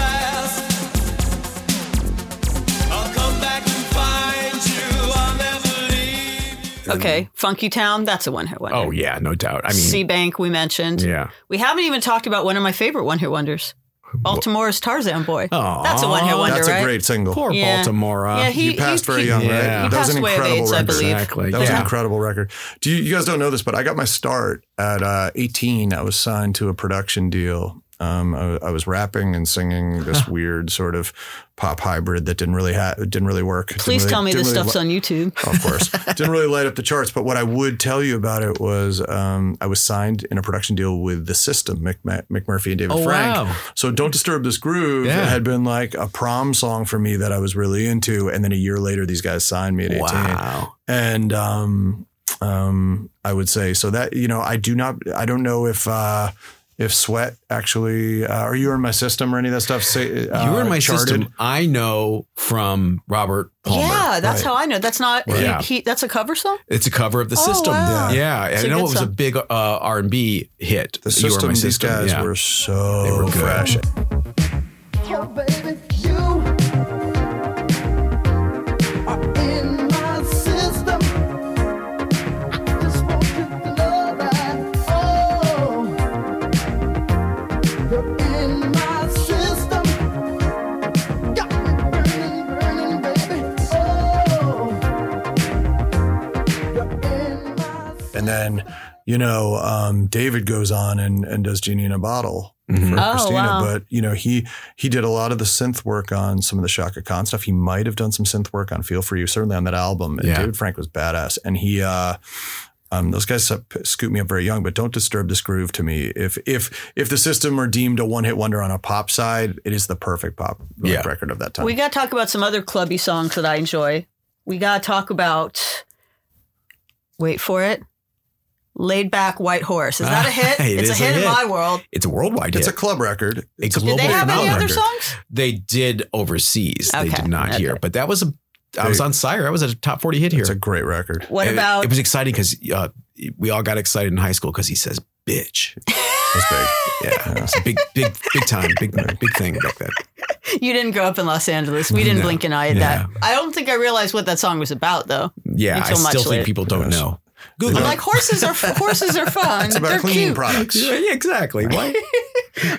F: past. I'll come back and find you. I'll never leave.
C: Okay, Funky Town. That's a one hit wonder.
E: Oh, yeah, no doubt. I mean,
C: Seabank we mentioned.
E: yeah.
C: We haven't even talked about one of my favorite one hit wonders. Baltimore's Tarzan Boy.
E: Aw.
C: That's a one hit wonder,
D: That's
C: right?
D: a great single.
E: Poor
C: Yeah.
E: Baltimore. uh,
C: Yeah, he-
D: you passed very young,
E: Yeah.
D: right?
E: He
D: That was
C: passed
D: an
C: away of
D: incredible
C: AIDS, I
D: record.
C: believe.
E: Exactly.
D: That was
E: yeah.
D: an incredible record. Do you, you guys don't know this, but I got my start at uh, 18. I was signed to a production deal. Um, I, I was rapping and singing this weird sort of pop hybrid that didn't really ha- didn't really work. Didn't
C: Please
D: really-
C: tell me
D: didn't
C: this
D: really
C: stuff's
D: li-
C: on YouTube.
D: of course.
C: <laughs>
D: Didn't really light up the charts, but what I would tell you about it was um, I was signed in a production deal with the system, Mick, Mac- Mick Murphy and David
E: Oh,
D: Frank.
E: wow.
D: So Don't Disturb This Groove
E: Yeah.
D: had been like a prom song for me that I was really into. And then a year later, these guys signed me at 18
E: Wow.
D: and um, um, I would say so that you know I do not I don't know if uh, if sweat actually uh, are you in my system or any of that stuff. Say, uh,
E: you were in my
D: charted?
E: system. I know from Robert Palmer.
C: yeah, that's
D: Right.
C: how I know. That's not he-
E: Yeah.
C: he, That's a cover song.
E: It's a cover of the system.
C: Oh, wow.
E: Yeah, and
C: It's a
E: I know
C: good
E: it was a
C: song.
E: big uh, R and B hit.
D: The
E: You Were
D: system,
E: My
D: these
E: System,
D: guys
E: yeah.
D: were so
E: were good.
D: fresh.
H: Oh, baby, you are in my system. I just want you to know that. Oh, you're in my system. Got me burning, burning, baby. Oh, you're in my system.
D: And then you know um, David goes on and, and does Genie in a Bottle.
E: Mm-hmm.
D: For
C: Oh,
D: Christina,
C: wow.
D: but you know he he did a lot of the synth work on some of the Shaka Khan stuff. He might have done some synth work on Feel for You, certainly on that album. And
E: Yeah.
D: David Frank was badass, and he uh, Um, those guys sup- scoop me up very young, but don't disturb this groove to me. If if if the system are deemed a one hit wonder on a pop side, it is the perfect pop like,
E: Yeah.
D: record of that time.
C: We got to talk about some other clubby songs that I enjoy. We got to talk about. Wait for it. Laid back white horse. Is that a hit?
E: Ah, it
C: it's
E: is
C: a
E: a
C: hit, in
E: hit.
C: my world.
E: It's a worldwide
D: it's a
E: hit.
D: club record.
E: A
D: It's a
E: global
C: Did they have any
E: phenomenon.
C: other songs?
E: They did overseas. They
C: Okay,
E: did not
C: okay.
E: here, but that was a. I
D: They-
E: was on Sire. I was at a top forty hit here.
D: it's a great record.
C: What
E: And it-
C: about
E: It was exciting because uh, we all got excited in high school because he says "bitch."
C: <laughs>
D: It's big.
E: <laughs> Yeah, it's a big, big, big time, big, big thing back then.
C: you didn't grow up in Los Angeles? We didn't
E: No.
C: blink an eye at
E: Yeah.
C: that. I don't think I realized what that song was about though.
E: Yeah,
C: Until
E: I
C: much
E: still think
C: later.
E: people don't
D: Yes.
E: know. Google.
C: I'm
E: it.
C: like horses are horses are fun.
D: It's about
C: They're
D: cleaning
C: cute. <laughs>
D: products.
E: yeah, yeah, exactly. Why?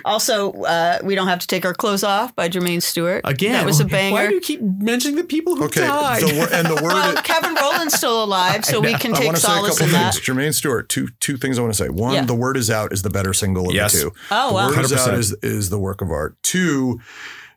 C: Also, uh, we don't have to take our clothes off by Jermaine Stewart.
E: Again,
C: that was a
E: Why
C: banger.
E: do you keep mentioning the people who
D: Okay,
E: died?
D: the, wor- and
C: <laughs>
D: the
C: well,
D: word.
C: Kevin Rowland's still alive, so we can
D: I
C: take
D: want to say a
C: solace
D: couple
C: in that.
D: things. Jermaine Stewart, two two things I want to say. One,
C: Yeah.
D: the word is out is the better single of
E: Yes.
D: the two.
C: Oh,
D: the
C: wow.
D: word is out
E: 100%.
D: is is the work of art. Two,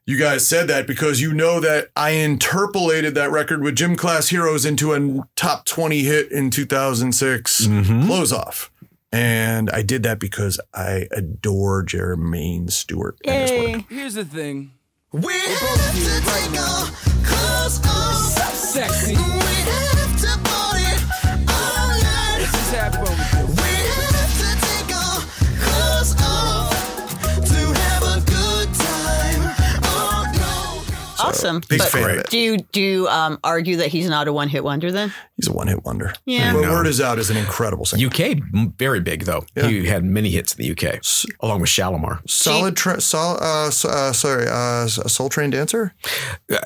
D: you guys said that because you know that I interpolated that record with Gym Class Heroes into a top twenty hit in two thousand six. Close off. And I did that because I adore Jermaine Stewart. I just wanted-
C: Yay.
F: Here's the thing.
G: We have to take our clothes off.
F: Sexy.
G: We have to party all night.
F: Just have fun with
G: We have to take our clothes off to have a good time. Oh no.
C: Awesome.
D: Big
C: But
D: fan of it.
C: do you do you, um, argue that he's not a one hit wonder then?
D: He's a one hit wonder.
C: Yeah.
D: But Word Is Out is an incredible single.
E: UK m- very big though. He had many hits in the UK, along with Shalimar.
D: Solid, tra- sol- uh, s- uh, sorry, uh, s- Soul Train Dancer.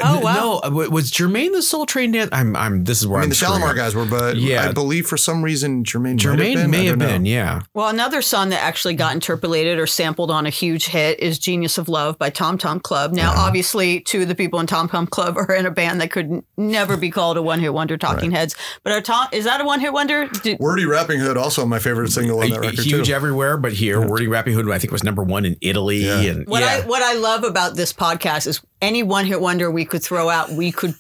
E: Oh wow! No, uh, w- was Jermaine the Soul Train dance? I'm. I'm. This is where am
D: I mean, the Shalimar guys were, but
E: Yeah.
D: I believe for some reason Jermaine,
E: Jermaine may have been. Yeah.
C: Well, another song that actually got interpolated or sampled on a huge hit is Genius of Love by Tom Tom Club. Now, obviously, two of the people and Tom Tom Club are in a band that could n- never be called a one hit wonder, Talking Heads. But our Tom is that a one hit wonder? Did,
D: Wordy Rapping Hood, also my favorite single on that
E: A- a
D: record.
E: huge
D: too.
E: everywhere, but here, Wordy Rapping Hood, I think was number one in Italy,
D: Yeah.
E: and
C: What I
E: yeah.
C: what I love about this podcast is any one hit wonder we could throw out, we
D: <laughs>
C: could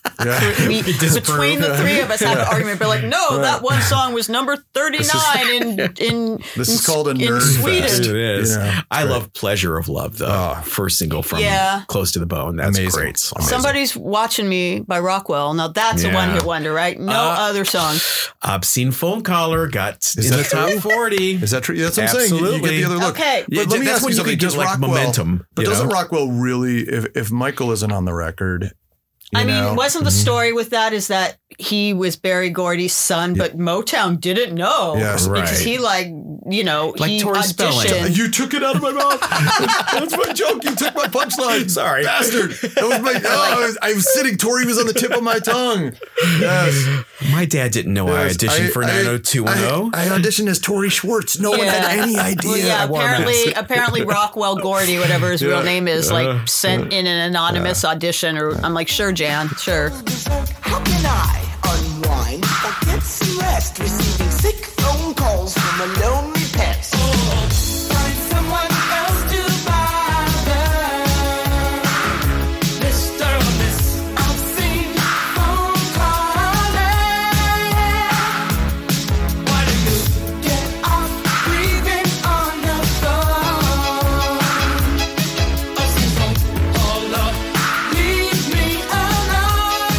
C: we,
E: disprove.
C: between the three of us have an argument. Be like, no, that one song was number thirty nine
D: <laughs>
C: in in
D: This is
C: in-
D: called a
C: in
D: nerd
C: Sweden.
D: fest.
E: it is.
D: You know,
E: I love "Pleasure of Love," the first single from
C: Yeah.
E: "Close to the Bone." That's
D: Oh. Amazing.
E: great. song.
C: Somebody's watching me by Rockwell. Now that's a
E: Yeah.
C: one hit wonder, right? No
E: Uh,
C: other song.
E: Obscene phone caller got in
D: that
E: the top
D: true?
E: forty. <laughs>
D: Is that true? That's what I'm saying. You- You, get
E: Absolutely.
D: the other look.
C: Okay.
E: Yeah, ju- that's when you could get, like, momentum,
D: But
E: you
D: doesn't
E: know?
D: Rockwell really? If if Michael isn't on the record, you
C: I mean,
D: know? Mm-hmm.
C: wasn't the story with that is that he was Barry Gordy's son, but Motown didn't know
D: Yes.
C: because
E: Right.
C: he like you know
E: Like
C: he
E: Tori Spelling.
C: auditioned.
D: You took it out of my mouth. That's my joke. You took my
E: <laughs>
D: punchline. <laughs>
E: Sorry.
D: bastard. That was my. Oh, I, was, I was sitting. Tori was on the tip of my tongue. Yes.
E: My dad didn't know I
D: yes.
E: auditioned for
D: I- I-
E: 90210.
D: I, I auditioned as Tori Schwartz.
C: <laughs>
D: No one had any idea.
C: Well, yeah,
D: I won that.
C: apparently, apparently Rockwell Gordy, whatever his real name is, like sent in an anonymous audition, or I'm like, sure, Jan, sure.
I: How can I unwind or get some rest? Receiving sick phone calls from a lonely pest.
F: Find someone else to bother. Mister or Miss, I've seen phone calling. Why do you get off breathing on the phone? Us don't hold up. Leave me alone.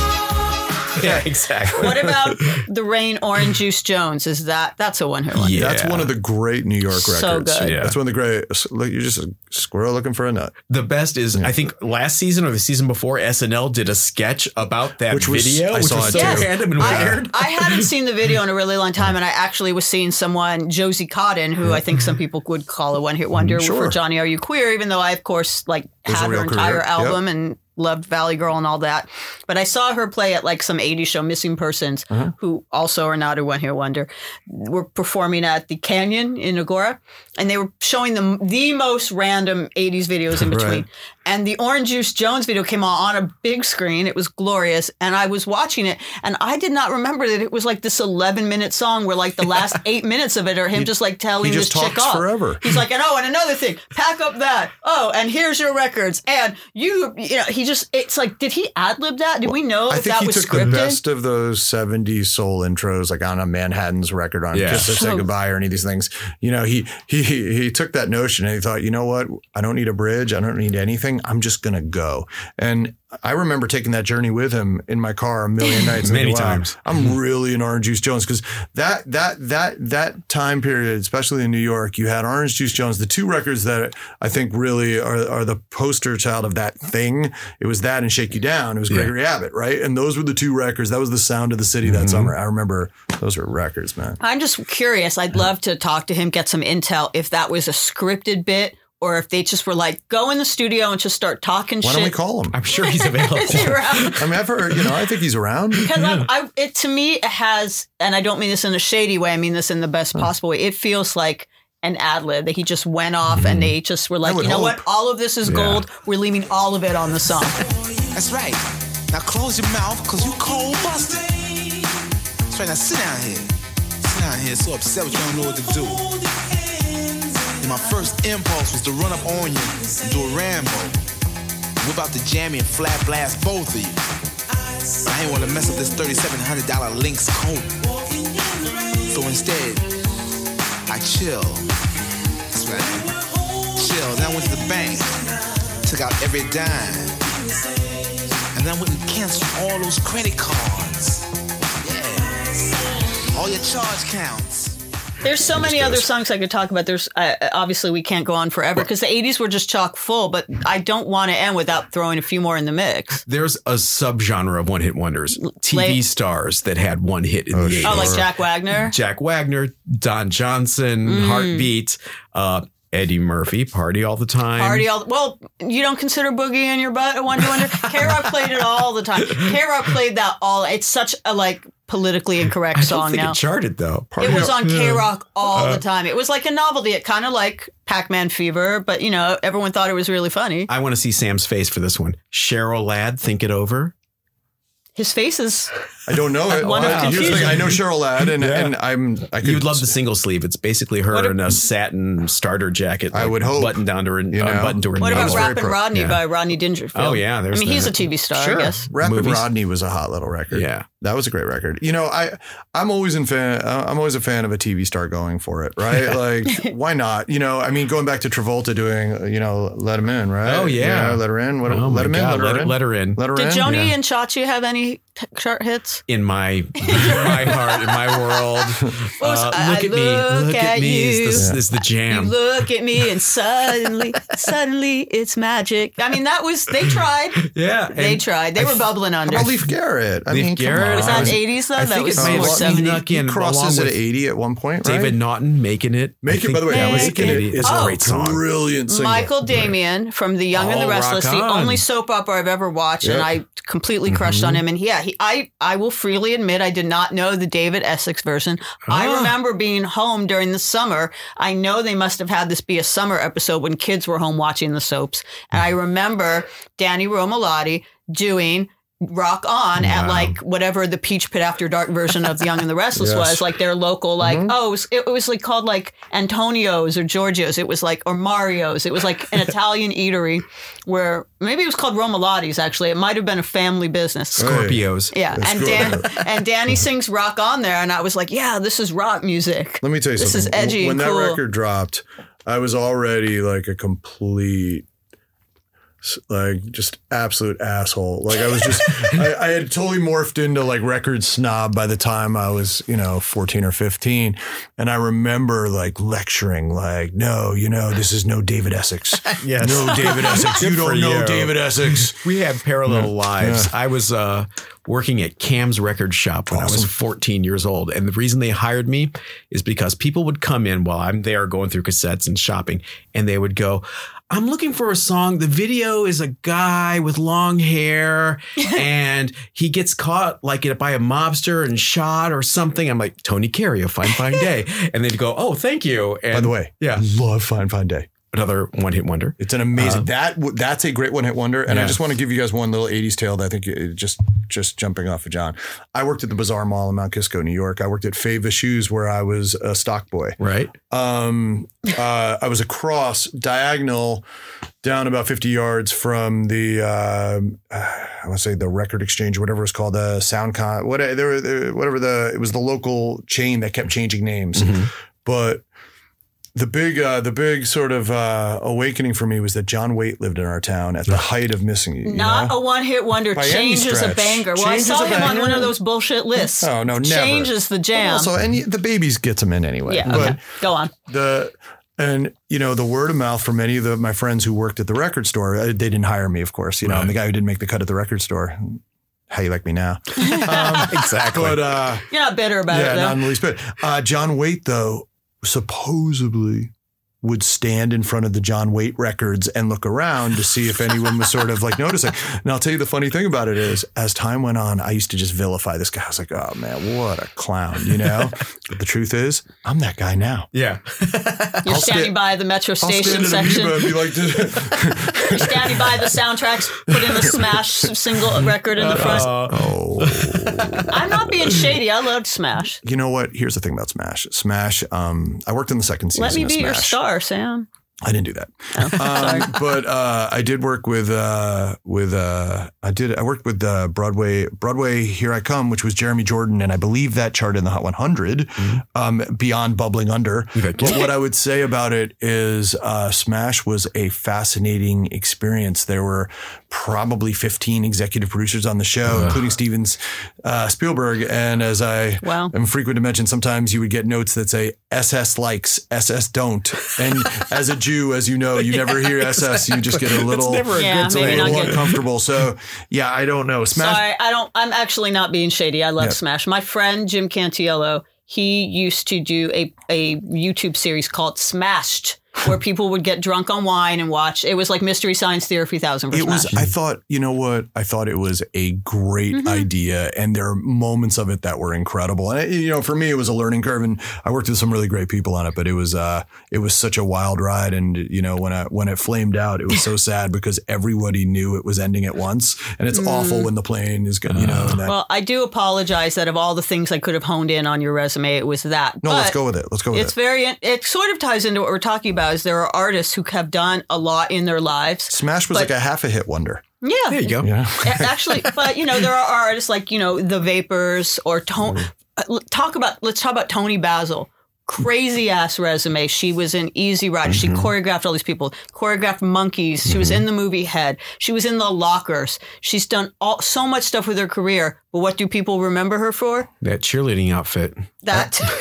E: yeah, exactly.
C: What about the Rain Orange Juice Jones? Is that that's a one hit one?
E: Yeah.
D: That's one of the great New York records.
C: So good.
E: Yeah.
D: That's one of the great. Look, you're just a squirrel looking for a nut,
E: The best is, I think last season or the season before, SNL did a sketch about that
D: Which was-
E: video,
D: I
E: which
D: saw
E: was
D: it
E: so
D: too.
E: random and
C: I,
E: weird.
C: I hadn't seen the video in a really long time, and I actually was seeing someone, Josie Cotton, who I think some people would call a one hit
D: Mm,
C: wonder for Johnny Are You Queer, even though I, of course, like
D: Was a
C: had
D: real
C: her entire
D: career. Yep.
C: album and loved Valley Girl and all that. But I saw her play at like some 80s show, Missing Persons,
D: Uh-huh.
C: who also are not a one hit wonder, were performing at the Canyon in Agora, and they were showing them the most random 80s videos
D: <laughs>
C: in between. And the Orange Juice Jones video came on on a big screen. It was glorious. And I was watching it and I did not remember that it was like this 11 minute song where like the
D: <laughs>
C: last eight minutes of it are him just like telling
D: he just
C: this chick
D: talks
C: off.
D: forever.
C: He's like, and oh, and another thing, pack up that. Oh, and here's your records. And you, you know, he just, it's like, did he ad lib that? Did we know
D: I
C: that
D: think
C: that
D: he
C: was
D: took
C: scripted?
D: the best of those 70s soul intros, like on a Manhattan's record on
E: Yeah.
D: Kiss or
C: Oh.
D: Say Goodbye or any of these things. You know, he he he took that notion and he thought, you know what? I don't need a bridge. I don't need anything. I'm just gonna go. And I remember taking that journey with him in my car
C: <laughs>
D: a million nights,
E: Many
D: thinking, wow,
E: times.
D: <laughs> I'm really an Orange Juice Jones because that that that that time period, especially in New York, you had Orange Juice Jones, the two records that I think really are, are the poster child of that thing. It was that and Shake You Down. It was Gregory Abbott, right? And those were the two records. That was the sound of the city
E: Mm-hmm.
D: that summer. I remember those were records, man.
C: I'm just curious. I'd love to talk to him, get some intel if that was a scripted bit or if they just were like, go in the studio and just start talking
D: Why
C: shit.
D: don't we call him?
E: I'm sure he's
C: <laughs>
E: available.
D: <laughs>
C: around.
D: I mean, I've heard, you know, I think he's around.
C: Because I, I, it to me it has, and I don't mean this in a shady way. I mean this in the best possible way. It feels like an ad lib that he just went off, and they just were like,
D: would
C: you know what,
D: hope.
C: all of this is gold. We're leaving all of it on the song.
I: That's right. Now close your mouth, cause you cold busted. That's right, now sit down here. Sit down here, so upset with you don't know what to do. And my first impulse was to run up on you and do a Rambo. Whip out the jammy and flat blast both of you. I ain't wanna mess up this $3,700 Lynx coat. So instead, I chill. That's right. Chill. Then I went to the bank, took out every dime. And I went and canceled all those credit cards. Yeah. All your charge counts.
C: There's so many other songs I could talk about. There's uh, obviously we can't go on forever because the '80s were just chock full. But I don't want to end without throwing a few more in the mix.
E: There's a subgenre of one hit wonders, TV
C: Late-
E: stars that had one hit in the 80s.
C: Oh, like Jack Wagner.
E: Jack Wagner, Don Johnson,
C: Mm.
E: Heartbeat, uh, Eddie Murphy, Party All the Time.
C: Party all well. You don't consider boogie in
E: <laughs>
C: your butt a one wonder. K Rock played it all the time. K Rock played that all. It's such a like politically incorrect
E: I don't
C: song
E: think
C: now.
E: it charted though.
C: It was on K Rock all
E: Uh,
C: the time. It was like a novelty. It kind of like Pac Man Fever, but you know, everyone thought it was really funny.
E: I want to see Sam's face for this one. Cheryl Ladd, think it over.
C: His face is
D: I don't know it.
C: One of
D: Here's the thing,
C: confusion.
D: I know Cheryl Ladd, and, and I'm. I could,
E: You'd love the single sleeve. It's basically her in a satin starter jacket.
D: I would hope,
E: button down to her,
D: you know.
E: button to her.
C: What
D: I
C: about
E: nose.
D: was very
C: Rap and
D: pro-
C: Rodney
E: yeah.
C: by Rodney Dangerfield?
E: Oh, yeah,
C: I
E: there's
C: mean, he's a
E: that.
C: TV star,
E: Sure.
C: I guess.
D: Rap and
E: movies.
D: Rodney was a hot little record.
E: Yeah.
D: That was a great record. You know, I I'm always in fan uh, I'm always a fan of a TV star going for it,
E: <laughs>
D: right? Like why not? You know, I mean going back to Travolta doing, uh, you know, Let Him In, right?
E: Oh, yeah.
D: You know, let her in. What,
E: Oh, my
D: let him in,
E: God.
D: let her
E: Let,
D: in.
E: let her in.
D: Let her
C: Did
D: in.
C: Joni
D: Yeah.
C: and Chachi have any t- chart hits?
E: in my in my heart, in my
C: <laughs>
E: world.
C: What was-
E: Uh,
C: I-
E: look
C: I
E: at me, look at me is the,
D: you.
E: is the jam.
C: You look at
E: <laughs>
C: me and suddenly, suddenly it's magic. I mean, that was, they
E: <laughs>
C: tried.
E: yeah,
C: They
E: and
C: tried. They were bubbling
D: How
C: under.
D: about Leaf Oh, Garrett? I
E: Leif
D: mean, come
E: Garrett
D: on.
E: is
C: Is that
E: was-
C: 80s though?
E: I
C: that
E: think
C: was
E: it may
C: more
E: have snuck
C: 70s.
D: He
E: in
D: crosses
E: along
D: at
E: with
D: 80 at one point, right?
E: David Naughton making it. I
D: Make it,
E: think
D: by the way,
E: that was
D: Making It
E: 80. It's
D: is
E: a
C: Oh.
E: great song.
D: Brilliant single.
C: Michael Damian from The Young and the
E: Oh, rock
C: Restless, the
E: on. Mm-hmm.
C: only soap opera I've ever watched, and
D: Yep.
C: I completely crushed on him. And yeah, he, I I will freely admit I did not know the David Essex version. I
E: Ah.
C: remember being home during the summer. I know they must have had this be a summer episode when kids were home watching the soaps, and
E: Mm-hmm.
C: I remember Danny Romolotti doing. Rock on at
E: Wow.
C: like whatever the Peach Pit After Dark version of The Young and the Restless
D: Yes. Mm-hmm.
C: was, like their local, like oh, it was, it was like called like Antonio's or Giorgio's. It was like or Mario's. It was like an Italian eatery where maybe it was called Romalotti's. Actually, it might have been a family business.
E: Oh, Scorpios.
C: Yeah, and Dan, <laughs> and Danny sings rock on there, and I was like, yeah, this is rock music.
D: Let me tell you
C: This is
D: something. W-
C: edgy
D: When
C: and
D: that
C: cool.
D: record dropped, I was already like a complete, s- like just absolute asshole. Like I
E: <laughs>
D: was just, I, I had totally morphed into like record snob by the time I was, you know, 14 or 15. And I remember like lecturing, like, no, you know, this is no David Essex.
E: <laughs> Yes.
D: No David Essex.
E: Good
D: you
E: for
D: don't
E: <laughs>
D: know
E: you.
D: David Essex.
E: We have parallel lives. I was uh, working at Cam's record shop when I was 14 years old. And the reason they hired me is because people would come in while I'm there going through cassettes and shopping, and they would go, I'm looking for a song. The video is a guy with long hair and he gets caught like by a mobster and shot or something. I'm like, Tony Carey, a fine, fine day. And they'd go, Oh, thank you. And
D: By the way,
E: yeah,
D: love Fine Fine Day.
E: another one hit wonder.
D: It's an amazing that w- that's a great one hit wonder, and I
E: Yeah.
D: just want to give you guys one little '80s tale that I think uh, just just jumping off of John. I worked at the Bazaar Mall in Mount Kisco, New York. I worked at Fava Shoes where I was a stock boy.
E: Right?
D: Um, uh, I was across diagonal down about 50 yards from the um, uh, I want to say the Record Exchange, whatever it's called, the SoundCon, whatever, there, there- whatever the it was the local chain that kept changing names, but the big uh, the big sort of uh, awakening for me was that John Waite lived in our town at the height of missing you. you
C: Not
D: know?
C: a one hit wonder.
D: By any
C: Change is a
D: stretch.
C: banger. Well, I
D: Change is
C: saw
D: a
C: him on
D: banger.
C: one of those bullshit lists.
D: Oh, no, never.
C: Change is the jam.
D: Also, and y- the babies gets him in anyway.
C: yeah,
D: But
C: okay. go on.
D: the and you know the word of mouth from many of the, my friends who worked at the record store uh, they didn't hire me of course you know
E: Right.
D: I'm the guy who didn't make the cut at the record store how you like me <laughs> now
E: Exactly.
D: but uh
C: You're not bitter about
D: yeah
C: it though.
D: not in the least bit uh john waite though supposedly would stand in front of the John Waite records and look around to see if anyone was sort of like noticing. And I'll tell you the funny thing about it is, as time went on, I used to just vilify this guy. I was like, oh man, what a clown, you <laughs> know? but the truth is, I'm that guy now.
E: yeah.
C: You're
D: I'll
C: standing
D: sta-
C: by the metro station
D: I'll stand
C: section.
D: at Amoeba and be like, <laughs>
C: You're standing by the soundtracks, put in the Smash single record in the
D: Uh,
C: front.
E: Uh,
C: I'm not being shady. I loved Smash.
D: Oh. you know what? Here's the thing about Smash. Smash. Um, I worked in the second season.
C: Let me
D: of
C: be
D: Smash.
C: your star, Sam.
D: I didn't do that. um, <laughs> but uh, I did work with uh, with uh, I did I worked with uh, Broadway Broadway Here I Come, which was Jeremy Jordan, and I believe that charted in the Hot 100, um, beyond bubbling under. But what I would say about it is uh, Smash was a fascinating experience. There were probably 15 executive producers on the show, including Stevens uh, Spielberg, and as I
C: Wow.
D: am frequent to mention, sometimes you would get notes that say SS likes, SS don't, <laughs> and as a Jew, as you know, you never hear SS. You just get a little.
E: never a
C: Yeah,
D: it's a
C: maybe
D: little
C: not good.
D: uncomfortable. So, yeah, I don't know. Smash.
C: Sorry, I don't. I'm actually not being shady. I love
D: Yeah.
C: Smash. My friend Jim Cantiello, he used to do a a YouTube series called Smashed.
D: <laughs>
C: where people would get drunk on wine and watch. It was like Mystery Science Theater 3000 for
D: It
C: Smash.
D: was. I thought. You know what? I thought it was a great
C: Mm-hmm.
D: idea, and there are moments of it that were incredible. And it, you know, for me, it was a learning curve, and I worked with some really great people on it. But it was. Uh, it was such a wild ride, and you know, when I when it flamed out, it was
C: <laughs>
D: so sad because everybody knew it was ending at once, and it's awful when the plane is going. You know, and that,
C: Mm-hmm. well, I do apologize that of all the things I could have honed in on your resume, it was that.
D: no, let's
C: But-
D: go with it. Let's go with
C: it's
D: it.
C: very it sort of ties into what we're talking about is there are artists who have done a lot in their lives
D: Smash was
C: but-
D: like a half a hit wonder.
C: yeah
E: <laughs> There you go.
D: Yeah.
C: A- actually but you know there are artists like you know the vapors or tone uh, talk about let's talk about tony basil crazy ass resume she was in easy rider she choreographed all these people choreographed monkeys she was in the movie head she was in the lockers she's done all so much stuff with her career but what do people remember her for
E: That cheerleading outfit.
C: that <laughs>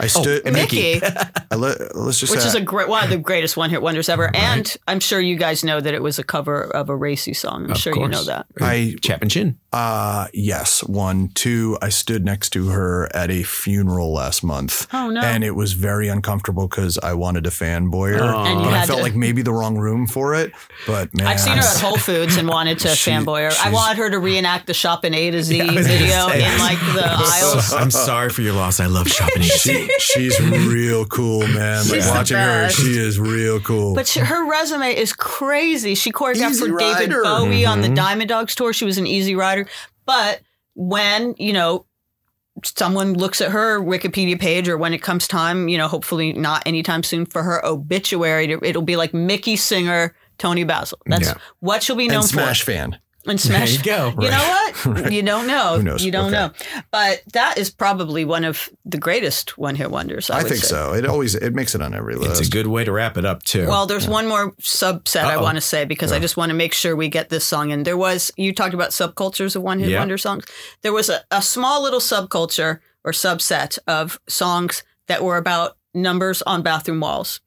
D: I stood.
C: Oh, mickey
D: I let, let's just
C: which
D: say
C: is a great one of
E: <laughs>
C: the greatest one hit wonders ever. And I'm sure you guys know that it was a cover of a racy song. I'm sure you know
E: course.
C: that.
D: I
E: Chapman Chin.
D: Uh yes, one, two. I stood next to her at a funeral last month.
C: Oh, no.
D: And it was very uncomfortable because I wanted to fanboy her,
C: And you
D: but I
C: had
D: felt
C: to-
D: like maybe the wrong room for it. But man,
C: I've seen her at Whole Foods and wanted
E: <laughs>
C: to
D: She-
C: fanboy her. I
D: she's-
C: wanted her to reenact the Shop and A to Z
E: I was gonna
C: video
E: say.
C: in like
E: <laughs>
C: the aisles.
E: I'm sorry for your loss. I
C: <laughs>
E: love shopping.
D: <laughs> She, she's real cool, man. Like
C: She's the
D: watching her,
C: best.
D: she is real cool.
C: But she, her resume is crazy. She choreographed
D: Easy
C: for David
D: Rider.
C: Bowie on
E: Mm-hmm.
C: the Diamond Dogs tour. She was an easy rider. But when, you know, someone looks at her Wikipedia page or when it comes time, you know, hopefully not anytime soon for her obituary, to, it'll be like Mickey Singer, Tony Basil. That's
E: Yeah.
C: what she'll be known
D: and Smash
C: for.
D: fan.
C: And Smash.
E: There you go.
C: You know
E: <laughs>
C: what? You don't know.
D: Who knows?
C: You don't
D: Okay.
C: know. But that is probably one of the greatest one hit wonders. I,
D: I
C: would
D: think
C: say.
D: so. It always it makes it on every
E: It's
D: list.
E: a good way to wrap it up too.
C: Well, there's one more subset I
E: Uh-oh.
C: want to say because I just want to make sure we get this song in. There was you talked about subcultures of one hit
E: Yeah.
C: wonder songs. There was a, a small little subculture or subset of songs that were about numbers on bathroom walls.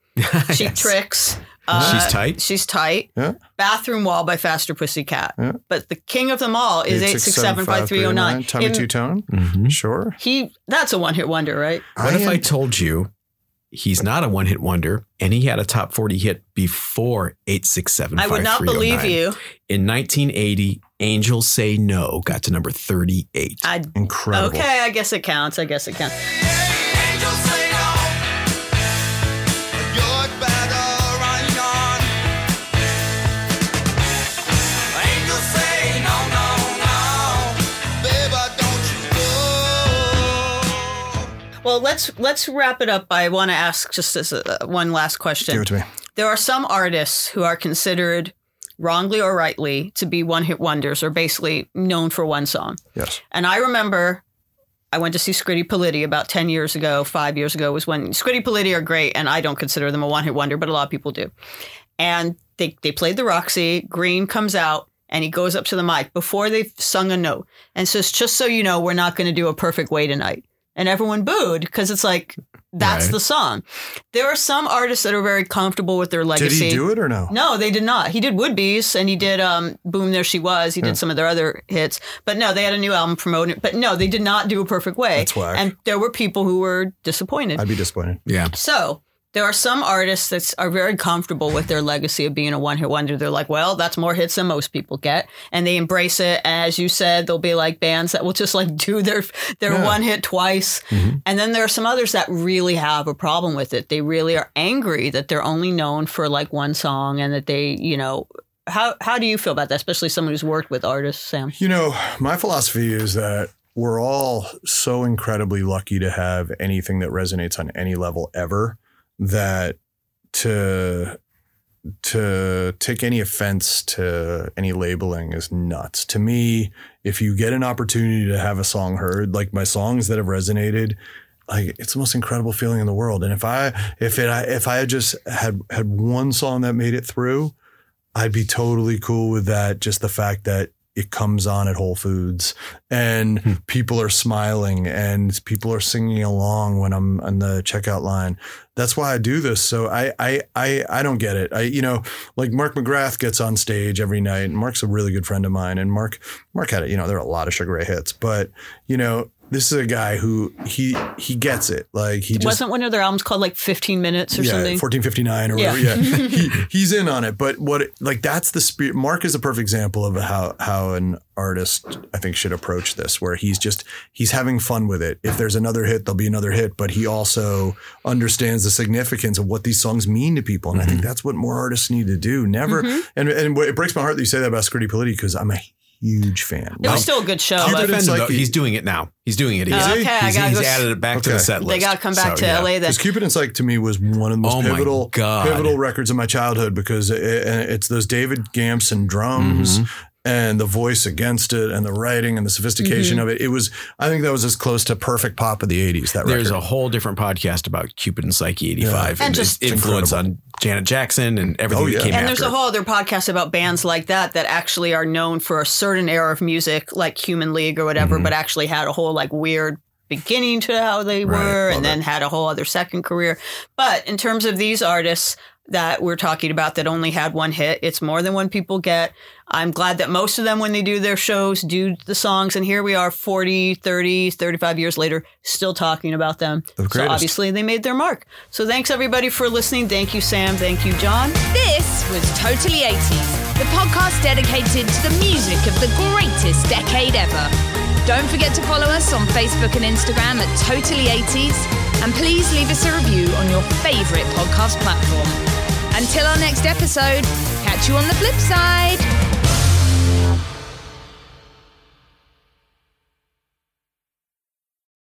C: She tricks. uh,
E: She's Tight.
C: She's tight.
D: Yeah.
C: Bathroom wall by Faster Pussycat.
D: Yeah.
C: But the king of them all is eight six seven five three zero nine.
D: oh, Tommy Two Tone. Sure.
C: He that's a one hit wonder, right?
E: Mm-hmm. Hmm? what if
D: am-
E: I told you he's not a one hit wonder and he had a top 40 hit before 867
C: I would not believe you.
E: oh, In 1980, Angels Say No got to number 38.
C: I
D: incredible?
C: okay, I guess it counts. I guess it counts. Well, let's let's wrap it up. I want to ask just as a, one last question.
D: Give it to me.
C: There are some artists who are considered wrongly or rightly to be one hit wonders or basically known for one song.
D: Yes.
C: And I remember I went to see Scritti Politti about 10 years ago, five years ago was when Scritti Politti are great, and I don't consider them a one hit wonder, but a lot of people do. And they, they played the Roxy. Green comes out and he goes up to the mic before they've sung a note and says, Just so you know, we're not going to do a perfect way tonight. And everyone booed because it's like, that's
E: Right.
C: the song. There are some artists that are very comfortable with their
D: Did
C: legacy.
D: he do it or no?
C: No, they did not. He did Would Be's and he did um, Boom There She Was.
D: Hmm.
C: He did some of their other hits. But no, they had a new album promoting it. But no, they did not do a perfect way.
D: That's whack.
C: And there were people who were disappointed.
D: I'd be disappointed.
E: yeah.
C: so there are some artists that are very comfortable with their legacy of being a one hit wonder. They're like, well, that's more hits than most people get. And they embrace it. As you said, there'll be like bands that will just like <laughs> do their their one hit twice.
E: Mm-hmm.
C: And then there are some others that really have a problem with it. They really are angry that they're only known for like one song and that they, you know, how how do you feel about that, especially someone who's worked with artists, Sam?
D: You know, my philosophy is that we're all so incredibly lucky to have anything that resonates on any level ever that to to take any offense to any labeling is nuts. To me, if you get an opportunity to have a song heard, like my songs that have resonated, like it's the most incredible feeling in the world. And if I if it I if I had just had had one song that made it through, I'd be totally cool with that. Just the fact that it comes on at Whole Foods and people are smiling and people are singing along when I'm on the checkout line. That's why I do this. So I, I, I, I don't get it. I, you know, like Mark McGrath gets on stage every night and Mark's a really good friend of mine and Mark, Mark had it, you know, there are a lot of Sugar Ray hits, but you know, this is a guy who he he gets it. Like he just
C: Wasn't one of their albums called like 15 Minutes or
D: yeah,
C: something?
D: 1459 or whatever.
C: Yeah. <laughs>
D: Yeah. he, he's in on it. But what, like, that's the spirit. Mark is a perfect example of how, how an artist, I think, should approach this, where he's just, he's having fun with it. If there's another hit, there'll be another hit, but he also understands the significance of what these songs mean to people. And I think that's what more artists need to do. Never.
C: Mm-hmm.
D: And, and it breaks my heart that you say that about Scritti Politti because I'm a huge fan.
C: it
D: Like,
C: was still a good show.
E: I'll
D: Cupid
C: But
D: and
E: defend him, though.
D: Psyche.
E: He's doing it now. He's doing it. He's,
C: Oh, okay, I
E: he's,
C: gotta
E: he's
C: go-
E: added it back to
D: Okay.
E: the set list.
C: they got to come back to
E: So, yeah.
C: LA then.
D: Because Cupid and Psyche to me was one of the most
E: Oh my
D: pivotal
E: God.
D: pivotal records of my childhood because it, it- it's those David Gamson
E: Mm-hmm.
D: drums and the voice against it and the writing and the sophistication
E: Mm-hmm.
D: of it. It was I think that was as close to perfect pop of the eighties. That
E: There's a
D: record.
E: whole different podcast about Cupid and Psyche 85
D: Yeah.
E: and,
C: And
E: his
C: just-
E: influence on Janet Jackson and everything
D: Oh,
E: that
D: yeah.
E: came
D: And
E: after.
C: And there's a
E: it.
C: whole other podcast about bands like that that actually are known for a certain era of music, like Human League or whatever,
E: Mm-hmm.
C: but actually had a whole like weird beginning to how they
E: Right,
C: were
E: love
C: and then had a whole other second career. But in terms of these artists that we're talking about that only had one hit, it's more than one people get. I'm glad that most of them, when they do their shows, do the songs. And here we are 40, 30, 35 years later, still talking about them. So
D: greatest.
C: obviously they made their mark. So thanks everybody for listening. Thank you, Sam. Thank you, John.
B: This was Totally 80s, the podcast dedicated to the music of the greatest decade ever. Don't forget to follow us on Facebook and Instagram at Totally 80s, and please leave us a review on your favorite podcast platform. Until our next episode, catch you on the flip side.